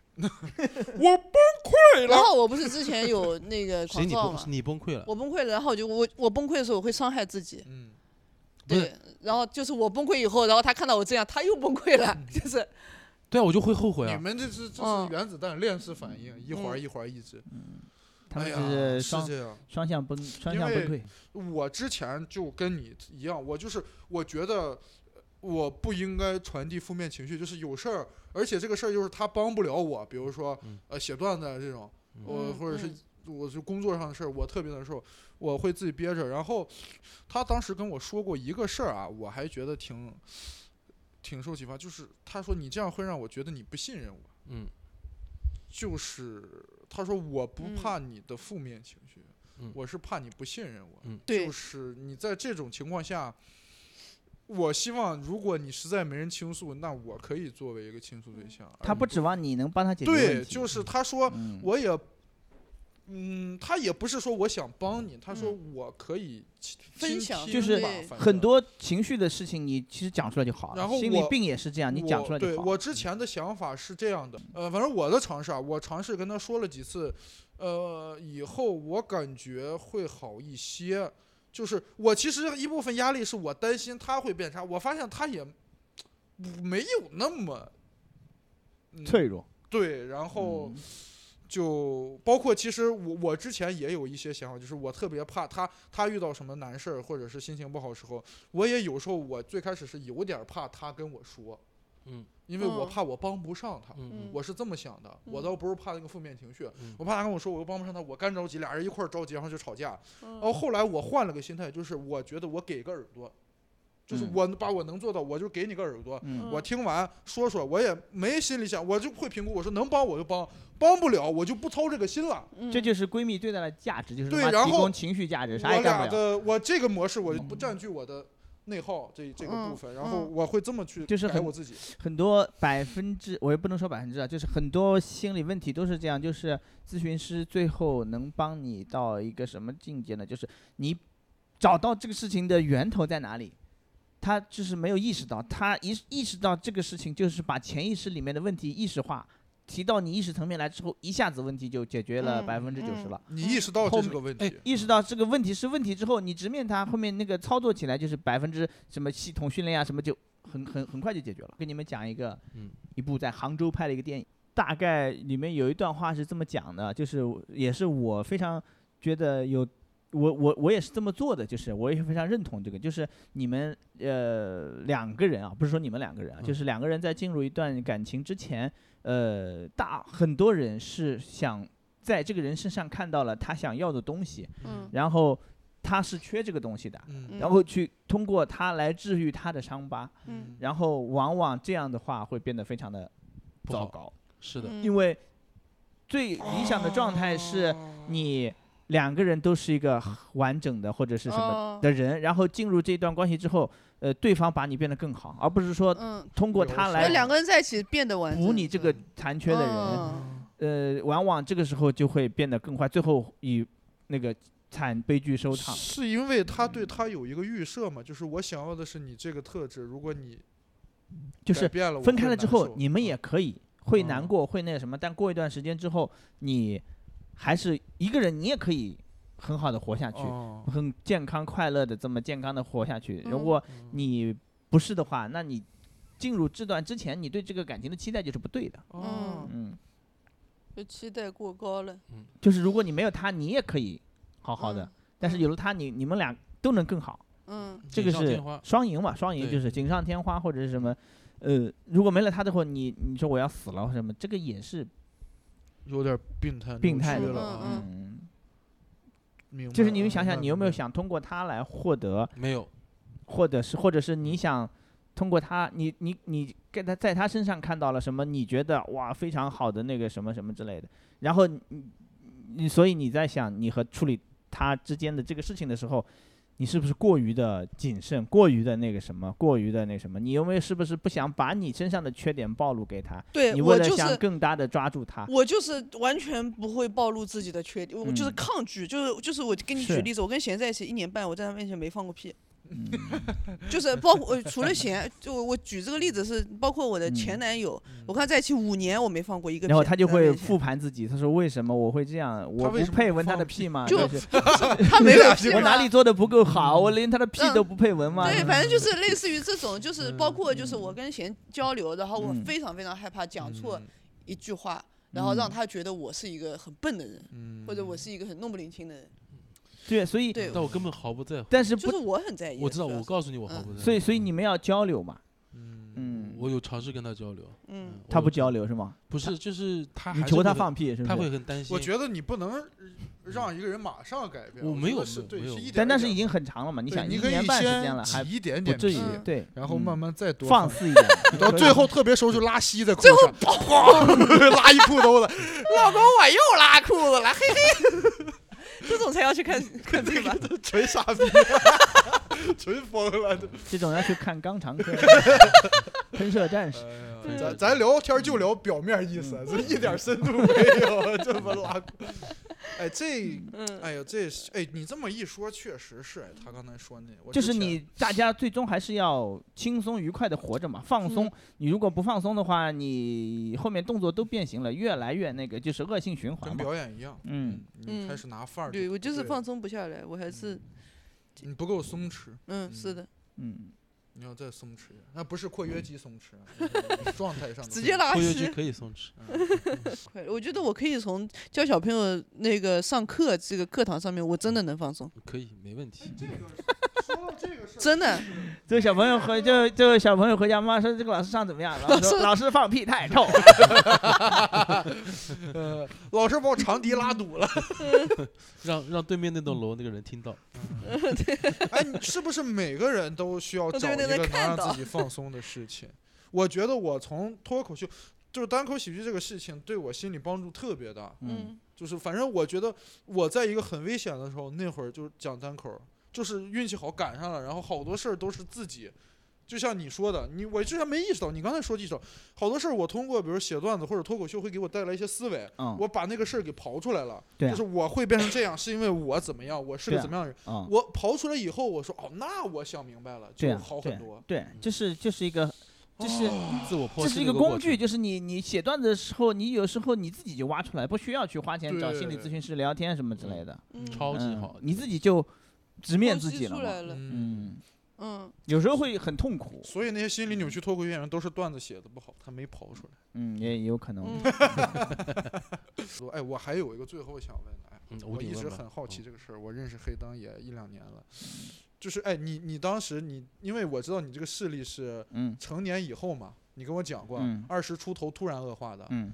S2: 我
S3: 然后我不是之前有那 个
S1: 谁
S3: 狂
S1: 你
S3: 躁
S1: 崩
S3: 嘛
S1: 是，你崩溃了？
S3: 我崩溃了，然后我就我我崩溃的时候我会伤害自己，
S2: 嗯，
S1: 不是
S3: 对，然后就是我崩溃以后，然后他看到我这样，他又崩溃了，
S4: 嗯
S3: 就是
S1: 对啊，我就会后悔
S2: 你
S1: 啊。
S2: 们这是这
S3: 嗯
S2: 是原子弹链式反应，一会儿一会儿一直。
S4: 他们
S2: 哎
S4: 就
S2: 呀
S4: 是
S2: 是
S4: 双
S2: 这样。
S4: 双向崩，双
S2: 因
S4: 向崩
S2: 为
S4: 溃。
S2: 我之前就跟你一样，我就是我觉得我不应该传递负面情绪，就是有事儿，而且这个事儿就是他帮不了我，比如说、
S1: 嗯
S2: 呃写段子啊这种，我、
S3: 嗯
S2: 或者是
S3: 嗯
S2: 我就工作上的事儿，我特别难受，我会自己憋着。然后他当时跟我说过一个事儿啊，我还觉得挺挺受启发，就是他说你这样会让我觉得你不信任我，
S1: 嗯
S2: 就是他说我不
S3: 嗯
S2: 怕你的负面情绪，
S1: 嗯
S2: 我是怕你不信任我。
S1: 嗯
S3: 对
S2: 就，是你在这种情况下，我希望如果你实在没人倾诉，那我可以作为一个倾诉对象。
S4: 他不指望你能帮他解决问
S2: 对，
S4: 题
S2: 就是他说
S4: 嗯
S2: 我也，嗯，他也不是说我想帮你，他说我可以倾
S3: 嗯分
S2: 倾
S3: 享
S2: 听
S4: 就是
S2: 吧
S3: 对
S2: 反
S4: 很
S2: 正
S4: 多情绪的事情，你其实讲出来就好了。
S2: 然后
S4: 心理
S2: 我
S4: 病也是这样，你讲
S2: 我
S4: 出来
S2: 对
S4: 就好。嗯
S2: 我之前的想法是这样的，呃，反正我的尝试啊，我尝试跟他说了几次，呃，以后我感觉会好一些。就是我其实一部分压力是我担心他会变差，我发现他也没有那么、嗯、
S5: 脆弱，
S2: 对，然后
S4: 嗯
S2: 就包括其实我我之前也有一些想法，就是我特别怕他他遇到什么难事儿或者是心情不好的时候，我也有时候我最开始是有点儿怕他跟我说，
S1: 嗯，
S2: 因为我
S3: 嗯
S2: 怕我帮不上他，
S1: 嗯
S2: 我是这么想的，我
S3: 嗯
S2: 倒不是怕那个负面情绪，
S1: 嗯
S2: 我怕他跟我说我又帮不上他，我干着急，俩人一块儿着急，然后就吵架。
S3: 嗯
S4: 哦
S2: 然后后来我换了个心态，就是我觉得我给个耳朵，就是
S4: 嗯
S2: 我把我能做到，我就给你个耳朵，
S4: 嗯，
S2: 我听完说说，我也没心里想，我就会评估，我说能帮我就帮，帮不了我就不操这个心了。
S3: 嗯
S4: 这就是闺蜜对待的价值，就是
S2: 对
S4: 他妈
S2: 然
S4: 提
S2: 后
S4: 供情绪价值，啥
S2: 我
S4: 也干
S2: 俩
S4: 不了。嗯
S2: 的我这个模式我就不占据我的内耗这这个部
S3: 嗯
S2: 分，然后
S3: 嗯
S2: 我会这么去
S4: 就是
S2: 改
S4: 很嗯
S2: 我自己。
S4: 很多百分之，我也不能说百分之啊，就是很多心理问题都是这样，就是咨询师最后能帮你到一个什么境界呢？就是你找到这个事情的源头在哪里。他就是没有意识到，他意意识到这个事情，就是把潜意识里面的问题意识化，提到你意识层面来之后，一下子问题就解决了
S3: 嗯
S4: 百分之九十
S3: 嗯
S4: 了。
S2: 你意识到
S4: 后
S2: 这是
S4: 面
S2: 个问
S1: 哎
S2: 题，
S4: 意识到这个问题是问题之后，你直面它，后面那个操作起来就是百分之什么系统训练啊，什么就很很很快就解决了。给你们讲一个，
S1: 嗯
S4: 一部在杭州拍的一个电影，大概里面有一段话是这么讲的，就是也是我非常觉得有。我我我也是这么做的，就是我也非常认同这个，就是你们呃两个人啊，不是说你们两个人啊，
S1: 嗯
S4: 就是两个人在进入一段感情之前，呃，大很多人是想在这个人身上看到了他想要的东西，
S3: 嗯
S4: 然后他是缺这个东西的，
S2: 嗯
S4: 然后去通过它来治愈他的伤疤，
S3: 嗯
S4: 然后往往这样的话会变得非常的
S1: 不
S4: 糟
S1: 好
S4: 糕，
S1: 是
S3: 嗯
S1: 的，
S4: 因为最理想的状态
S3: 哦
S2: 哦
S4: 是嗯你两个人都是一个完整的或者是什么
S3: 么
S4: 的人，然后进入这段关系之后，呃，对方把你变得更好，而不是说
S3: 嗯，
S4: 通过
S2: 有
S4: 他
S2: 时
S3: 那
S2: 候
S4: 来
S3: 两个人在一起变得完整
S4: 补你这个残缺的人，
S3: 嗯
S4: 呃，往往这个时候就会变得更坏，最后以那个惨悲剧收场。
S2: 是因为他对他有一个预设嘛，就是我想要的是你这个特质，如果你
S4: 就
S2: 改
S4: 是
S2: 变了，我
S4: 分
S2: 会
S4: 开了之
S2: 难
S4: 后
S2: 受，
S4: 你们
S2: 嗯
S4: 也可以会难
S2: 嗯
S4: 过，会那个什么，但过一段时间之后，你还是一个人，你也可以很好的活下去，
S2: 哦
S4: 很健康快乐的这么健康的活下去。如
S3: 嗯
S4: 果
S2: 嗯
S4: 你不是的话，那你进入这段之前，你对这个感情的期待就是不对的。
S2: 哦
S4: 嗯，
S3: 就期待过高了，
S4: 就是如果你没有他，你也可以好好
S2: 嗯
S4: 的，但是有了他，你你们俩都能更好。
S3: 嗯，嗯，
S4: 这
S1: 锦
S4: 个
S1: 上
S4: 是
S1: 添花
S4: 双赢嘛，双赢
S1: 对
S4: 就是锦上添花或者是什么，呃，如果没了他的话，你你说我要死了或什么，这个也是，
S2: 有点病态扭
S4: 病态
S2: 曲
S4: 的
S2: 了
S3: 嗯
S2: 啊，
S3: 嗯
S4: 嗯，
S2: 明白
S4: 就是你
S2: 了
S4: 们想想，
S2: 明
S4: 你有
S2: 白
S4: 没有
S2: 明白
S4: 想通过他来获得，
S1: 没有，
S4: 或者是或者是你想通过他，你你你跟他在他身上看到了什么？你觉得哇非常好的那个什么什么之类的，然后你你所以你在想你和处理他之间的这个事情的时候。你是不是过于的谨慎，过于的那个什么，过于的那什么？你有没有是不是不想把你身上的缺点暴露给他？
S3: 对
S4: 你
S3: 我
S4: 为了
S3: 就
S4: 想
S3: 是。
S4: 更大的抓住他，
S3: 我就是完全不会暴露自己的缺点，我就是
S4: 嗯
S3: 抗拒，就是就是我跟你举
S4: 是嗯
S3: 例子，我跟贤在一起一年半，我在他面前没放过屁， 就是包括呃除了贤，就我举这个例子是包括我的前
S4: 嗯
S3: 男友，我跟他在一起五年，我没放过一个屁。
S4: 然后他就
S3: 在他
S4: 会
S3: 面前
S4: 复盘自己，他说为什么我会这样？我
S2: 为
S4: 不
S2: 什么
S4: 配
S2: 不
S4: 闻他
S2: 放
S4: 的
S2: 屁
S4: 屁吗？
S3: 就是他他 没有屁
S4: 我哪
S3: 吗
S4: 里做的不够好？我连他的屁都不配闻吗？
S3: 对，反正就是类似于这种，就是包括就是我跟贤交流，然后我
S4: 嗯
S3: 非常非常害怕讲错
S2: 嗯
S3: 一句话，然后让
S4: 嗯
S3: 他觉得我是一个很笨的人，
S2: 嗯
S3: 或者我是一个很弄不灵清的人。
S4: 对，所以
S3: 对，
S1: 但我根本毫不在乎。
S4: 但是
S3: 就
S4: 不
S3: 是，我很在意。
S1: 我知道，
S3: 主要
S1: 我
S3: 是啊嗯
S1: 告诉你，我毫不在乎。嗯
S4: 所以所以你们要交流嘛？
S2: 嗯
S4: 嗯，
S1: 我有尝试跟他交流，
S3: 嗯，
S1: 我
S4: 他
S1: 有
S4: 不
S1: 尝
S4: 交，流是吗？
S1: 不是，就是他
S4: 你
S1: 还是
S4: 求
S1: 会
S4: 他
S1: 很，
S4: 放屁是不
S1: 他会
S4: 是？
S1: 很担心。
S2: 我觉得你不能让一个人马上改变，
S1: 我
S2: 觉
S1: 没有
S2: 得是
S1: 没有
S2: 对，
S1: 没
S2: 是
S1: 有
S2: 一点
S4: 但
S2: 一
S4: 但是
S2: 点
S4: 已经很长了嘛？你
S2: 对
S4: 想
S2: 你
S4: 一
S2: 可以
S4: 年半时间了，还
S2: 先挤一点
S4: 不
S2: 点
S4: 至于
S2: 皮
S3: 嗯
S4: 对，
S2: 然后
S4: 嗯
S2: 慢慢再多
S4: 放肆一点，
S2: 到
S4: 可以
S2: 最后特别熟就拉稀在裤上，砰 拉一裤兜子，
S3: 老公，我又拉裤子了，嘿 嘿。这种才要去看看病吧？
S2: 纯傻逼，真疯了。
S4: 这种要去看肛肠科喷射战士。
S1: 呃
S2: 哎呀咱咱聊天就聊表面意思，这一点深度没有，这么拉。 哎，这，
S3: 嗯，
S2: 哎呀，这是，哎，你这么一说，确实是，哎，他刚才说那，我
S4: 就
S2: 之
S4: 是
S2: 前
S4: 你，大家最终还是要轻松愉快的活着嘛，放松。你如果不放松的话，你后面动作都变形了，越来越那个，就是恶性循环
S2: 跟
S4: 嘛。
S2: 表演一样，
S4: 嗯，
S2: 你开始拿范儿不对
S3: 对
S2: 了，
S3: 我就是放松不下来，我还是
S2: 你不够松弛，
S3: 嗯，是的，
S4: 嗯，
S2: 你要再松弛一点，那不是括约肌松弛啊，就是状态上的嗯
S3: 直接
S2: 松弛。
S3: 拉
S1: 括约肌
S3: 稀。
S1: 可以松弛，
S3: 快我觉得我可以从教小朋友那个上课这个课堂上面，我真的能放松，
S1: 可以没问题。
S2: 嗯说到这个事儿，
S3: 真的。
S4: 这个小朋友回就这个小朋友回家，妈妈说这个老师上怎么样？老师说
S3: 老师
S4: 老师放屁太臭。
S2: 呃，老师把我长笛拉堵了。
S1: 让让对面那栋楼那个人听到，
S2: 哎，你是不是每个人都需要
S3: 对
S2: 找一
S3: 对
S2: 个
S3: 对
S2: 能
S3: 看
S2: 让
S3: 到
S2: 自己放松的事情？我觉得我从脱口秀，就是单口喜剧这个事情，对我心理帮助特别大。
S4: 嗯，
S3: 嗯
S2: 就是反正我觉得我在一个很危险的时候，那会儿就讲单口，就是运气好赶上了，然后好多事儿都是自己。就像你说的，你我之前没意识到，你刚才说意识到，好多事儿我通过比如写段子或者脱口秀会给我带来一些思维，
S4: 嗯
S2: 我把那个事儿给刨出来了，
S4: 对啊
S2: 就是我会变成这样，是因为我怎么样，我是个
S4: 对啊
S2: 怎么样的人。
S4: 嗯，
S2: 我刨出来以后，我说哦，那我想明白了，
S4: 对
S2: 就
S4: 啊
S2: 好
S4: 对
S2: 很
S4: 啊
S2: 多。
S4: 对，这是这是一个，这是
S1: 自我剖析
S4: 这是一
S1: 的
S4: 个
S1: 过
S4: 工具，就是你你写段子的时候，你有时候你自己就挖出来，不需要去花钱找心理咨询师聊天什么之类的，
S3: 嗯，
S1: 程超级
S4: 嗯
S1: 好。
S4: 你自己就直面
S3: 剖
S4: 自
S3: 析
S4: 己了
S3: 出
S4: 嘛。
S3: 来了，
S4: 嗯，
S3: 嗯，
S4: 有时候会很痛苦，
S2: 所以那些心理扭曲脱口秀演员都是段子写的不好，他没刨出来。
S4: 嗯，也有可能。
S3: 嗯
S4: 嗯
S2: 说，哎，我还有一个最后想问的，哎，
S1: 嗯
S2: 我
S1: 无
S2: 一
S1: 底
S2: 直
S1: 问吧
S2: 很好奇
S1: 嗯
S2: 这个事儿。我认识黑灯也一两年了，
S4: 嗯
S2: 就是哎，你你当时你，因为我知道你这个视力是
S4: 嗯
S2: 成年以后嘛，你跟我讲过
S4: 嗯，
S2: 二十、出头突然恶化的。
S4: 嗯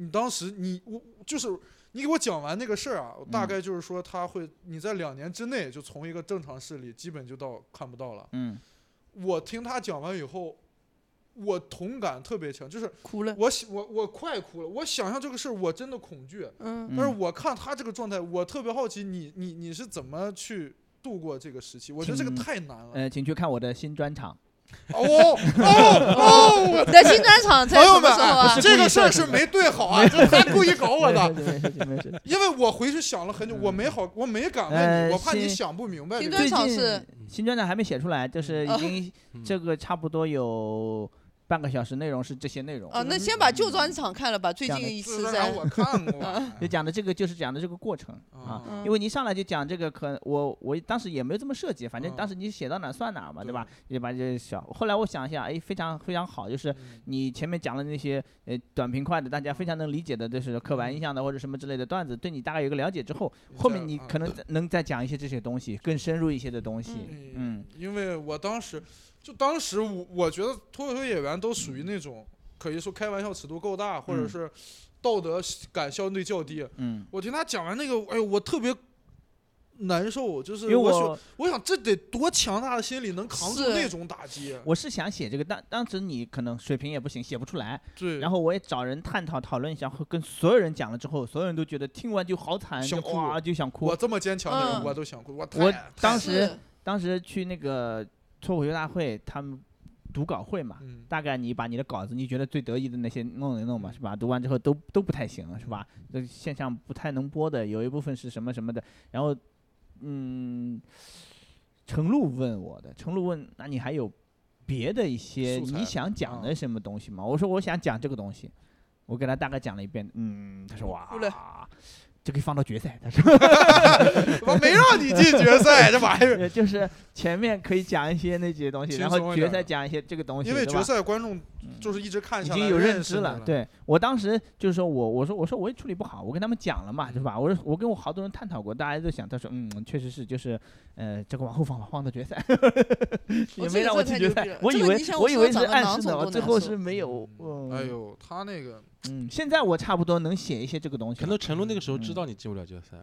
S2: 你当时你我就是你给我讲完那个事儿啊，我大
S4: 嗯
S2: 概就是说他会你在两年之内就从一个正常视力基本就到看不到了。
S4: 嗯
S2: 我听他讲完以后，我同感特别强，就是
S3: 哭了，
S2: 我喜我我快哭了，我想象这个事儿我真的恐惧。
S3: 嗯，
S2: 但是
S4: 嗯，
S2: 我看他这个状态，我特别好奇你你你是怎么去度过这个时期？我觉得这个
S4: 挺
S2: 太难了。
S4: 呃，请去看我的新专场。
S2: 哦哦哦！我
S3: 你的新专场 在
S2: 朋
S3: 什
S2: 友
S3: 么
S2: 们，
S3: 时候
S2: 哎
S3: 啊？
S2: 这个事儿 是没对好啊，这他故意搞
S4: 哦
S2: 我的。
S4: 没事没事没事。
S2: 因为我回去想了很久，我没好，我没敢问
S4: 嗯呃
S2: 你，我怕你
S4: 新
S2: 想不明白这
S3: 新
S2: 个 事。
S3: 专场
S4: 最近
S3: 是
S4: 新专场还没写出来，就是已
S3: 哦
S4: 经
S1: 嗯
S4: 这个差不多有半个小时，内容是这些内容。
S3: 哦，那先把旧专场看了吧，最
S4: 讲的
S3: 近一
S2: 自
S3: 次
S2: 然而
S3: 在
S2: 然我看 过 啊，
S4: 就讲的这个就是讲的这个过程啊。
S3: 嗯
S2: 啊
S4: 因为你上来就讲这个可，我我当时也没有这么设计，反正
S2: 嗯
S4: 当时你写到哪儿算哪儿嘛，哦对
S2: 对
S4: 吧？也把这小，后来我想一下，哎，非常非常好，就是
S2: 嗯
S4: 你前面讲的那些呃短平快的，大家非常能理解的，就是刻
S2: 嗯
S4: 板印象的或者什么之类的段子，对你大概有个了解之后，后面你
S2: 嗯
S4: 可能再能再讲一些这些东西，更深入一些的东西。
S2: 嗯
S4: 嗯，
S2: 因为我当时就当时我我觉得脱口秀演员都属于那种可以说开玩笑尺度够大，或者
S4: 嗯
S2: 是道德感相对较低。
S4: 嗯，
S2: 我听他讲完那个，哎呦，我特别。难受，就是
S4: 因为
S2: 我想，
S4: 我
S2: 我想这得多强大的心理能扛住
S3: 是
S2: 那种打击？
S4: 我是想写这个，当当时你可能水平也不行，写不出来，
S2: 对，
S4: 然后我也找人探讨讨论一下，后跟所有人讲了之后，所有人都觉得听完就好惨，
S2: 想
S4: 就
S2: 哭
S4: 哇就想哭
S2: 我。这么坚强的人，
S3: 嗯
S2: 我都想哭。我
S4: 我
S2: 太
S4: 当
S2: 太
S4: 时
S3: 是
S4: 当时去那个脱口秀大会，他们读稿会嘛，
S2: 嗯，
S4: 大概你把你的稿子，你觉得最得意的那些弄一弄吧，是吧？读完之后都都不太行，是吧？这线上不太能播的，有一部分是什么什么的。然后，嗯，程璐问我的，程璐问，那你还有别的一些
S2: 素材
S4: 你想讲的什么东西吗？我说我想讲这个东西，我给他大概讲了一遍，嗯，他说哇
S3: 哭了，
S4: 这可以放到决赛，他说。
S2: 我没让你进决赛，啊这玩意儿。
S4: 对，就是前面可以讲一些那些东西，
S2: 轻
S4: 然
S2: 松
S4: 后
S2: 一
S4: 决
S2: 点
S4: 赛
S2: 儿
S4: 讲一些这个东西，
S2: 因为
S4: 对
S2: 决
S4: 吧
S2: 赛观众就是一直看
S4: 已
S2: 下来，
S4: 经有认
S2: 认识
S4: 知
S2: 你
S4: 了。，对我当时就是说我我说我说我也处理不好，我跟他们讲了嘛，是吧？我说我跟我好多人探讨过，大家都想，他说嗯，确实是，就是呃，这个往后放吧，放到决赛， 也
S3: 这个
S4: 没让
S3: 这
S4: 我
S3: 个
S4: 进
S3: 太
S4: 决
S3: 牛逼
S4: 赛
S3: 了。
S4: 我
S3: 这
S4: 以
S3: 个
S4: 为
S3: 你想
S4: 我
S3: 我
S4: 以
S3: 说
S4: 为
S3: 长
S4: 是
S3: 得
S4: 暗
S3: 囊
S4: 示
S3: 肿
S4: 的嘛，
S3: 多
S4: 最
S3: 难
S4: 后
S3: 受
S4: 是没有。嗯
S2: 哎呦，他那 个
S4: 嗯，现在我差不多能写一些这个东西
S1: 可
S4: 了。
S1: 能陈露那个时候知
S4: 嗯
S1: 道你进不了决赛，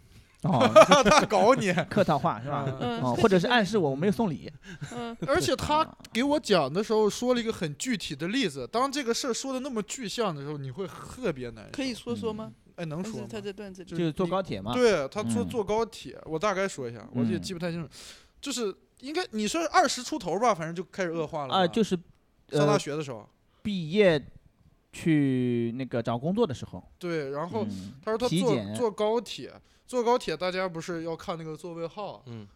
S4: 哦，
S2: 他搞你，啊
S4: 客套话是吧？
S3: 嗯
S4: 哦，或者是暗示我我没有送礼。
S3: 嗯，
S2: 而且他给我讲的时候说了一个很具体的例子，当这个事儿说的那么具象的时候，你会特别难受。
S3: 可以说说吗？
S2: 哎，能
S3: 但
S2: 说
S3: 是
S2: 吗？
S3: 他这段子
S4: 就
S3: 里，
S4: 是坐
S2: 你
S4: 高铁嘛。
S2: 对，他坐
S4: 啊嗯
S2: 坐高铁，我大概说一下，我也
S4: 嗯
S2: 记不太清楚，就是应该你是二十出头吧，反正就开始恶化了吧。
S4: 啊，就是
S2: 上大
S4: 呃
S2: 学的时候，
S4: 毕业去那个找工作的时候，
S2: 对，然后
S4: 嗯
S2: 他说他
S4: 体
S2: 坐
S4: 检
S2: 坐高铁，坐高铁大家不是要看那个座位号，啊
S1: 嗯，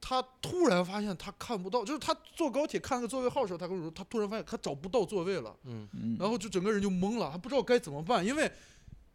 S2: 他突然发现他看不到，就是他坐高铁看那个座位号的时候，他跟我说他突然发现他找不到座位了，
S1: 嗯，
S4: 嗯，
S2: 然后就整个人就懵了，他不知道该怎么办，因为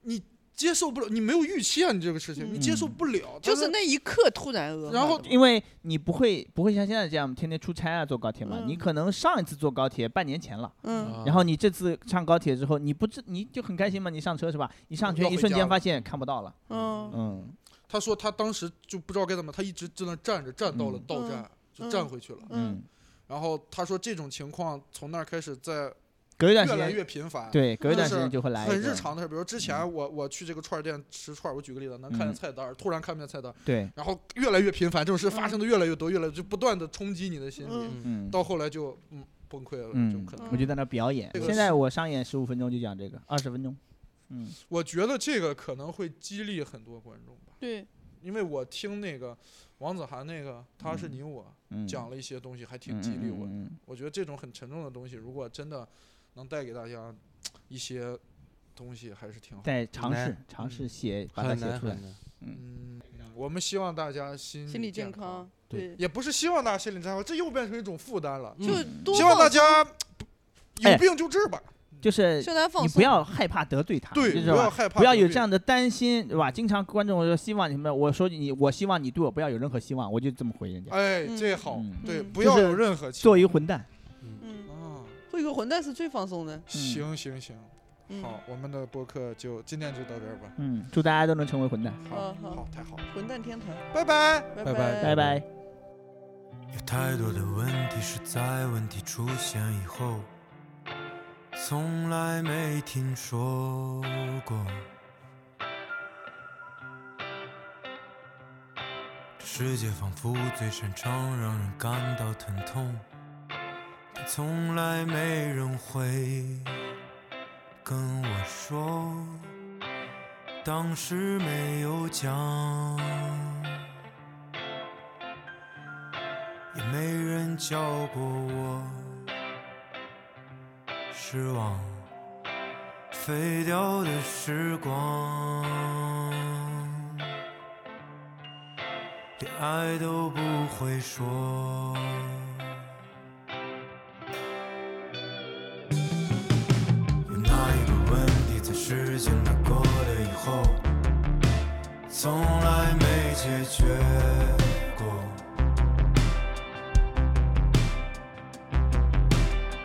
S2: 你接受不了，你没有预期啊，你这个事情你接
S4: 嗯
S2: 受不了，
S3: 就
S2: 但
S3: 是那一刻突然恶化的嘛。
S2: 然后
S4: 因为你不会不会像现在这样天天出差啊，坐高铁嘛。
S3: 嗯
S4: 你可能上一次坐高铁半年前了，
S3: 嗯，
S2: 啊
S4: 然后你这次上高铁之后，你不知你就很开心嘛，你上车是吧？一上车
S2: 要
S4: 一
S2: 回
S4: 瞬
S2: 家
S4: 间
S2: 了
S4: 发现看不到了，
S3: 嗯
S4: 嗯，
S2: 他说他当时就不知道该怎么，他一直在那站着，站到了
S4: 嗯
S2: 到
S3: 嗯
S2: 站、就
S3: 嗯
S2: 站回去了。
S3: 嗯
S4: 嗯，
S2: 然后他说这种情况从那儿开始在
S4: 隔一段
S2: 越
S4: 时
S2: 来
S4: 间，
S2: 越频繁，
S4: 对，隔一
S2: 就
S4: 段时
S2: 是
S4: 间就会来一
S2: 很日
S4: 个
S2: 常的事儿。比如之前我我去这个串儿店吃串儿，我举个例子，能看见
S4: 嗯
S2: 菜单儿，突然看不见菜单儿，
S4: 对，
S2: 然后越来越频繁，这种事发生的越来越多，越来越就不断的冲击你的心理，
S1: 嗯
S4: 嗯，
S2: 到后来就嗯崩溃了，就
S4: 嗯
S2: 可
S3: 嗯
S2: 能
S4: 我就在那表演
S2: 这。个
S4: 现
S2: 是
S4: 在我上演十五分钟就讲这个，二十分钟，嗯
S2: 我觉得这个可能会激励很多观众吧，
S3: 对，
S2: 因为我听那个王子涵那个他是你我
S4: 嗯，
S2: 讲了一些东西，还挺
S4: 嗯
S2: 激励我的。
S4: 嗯嗯嗯
S2: 我觉得这种很沉重的东西，如果真的能带给大家一些东西，还是挺好的。
S4: 在尝
S1: 难
S4: 试尝试写，把它
S1: 很
S4: 写
S1: 难
S4: 出来
S1: 很。难。
S2: 嗯，我们希望大家心
S3: 心理健
S2: 康
S3: 康，，对，
S2: 也不是希望大家心理健康，这又变成一种负担了。
S1: 嗯
S3: 就多
S2: 希望大
S3: 放松，
S2: 家有
S4: 哎
S2: 病就治吧，
S4: 就是
S3: 向大家放
S4: 你
S3: 松，
S4: 不要害怕得罪他，
S2: 对，
S4: 就是嗯
S2: 不
S4: 吧
S2: 要害怕，
S4: 不要有这样的担心，对吧？经常观众说希望你什么，我说你，我希望你对我不要有任何希望，我就这么回人家，
S2: 哎，
S3: 嗯
S2: 这好，
S4: 嗯
S2: 对，
S3: 嗯
S2: 不
S4: 就
S2: 要
S4: 是
S2: 有任何期
S4: 做一个混蛋。
S3: 嗯，
S2: 啊。
S3: 会个混蛋是最放松的。
S2: 行行行，
S3: 嗯，
S2: 好，我们的播客就今天就到这儿吧。
S4: 嗯，祝大家都能成为混蛋，
S2: 好，
S3: 好
S2: 好，太好了，
S3: 混蛋天堂，
S2: 拜拜。
S3: 拜
S1: 拜拜
S4: 拜拜。
S6: 有太多的问题是在问题出现以后，从来没听说过。这世界仿佛最擅长让人感到疼痛，但从来没人会跟我说，当时没有讲。也没人教过我失望，飞掉的时光，连爱都不会说。有那一个问题，在时间它过了以后，从来没解决过。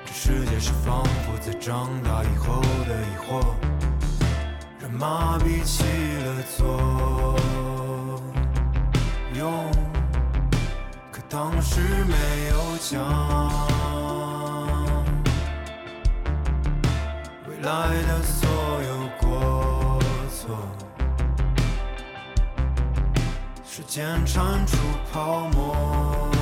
S6: 这世界是仿佛在长大以后的疑惑，人麻痹起了作用，可当时没有讲未来的所有过错，时间缠出泡沫。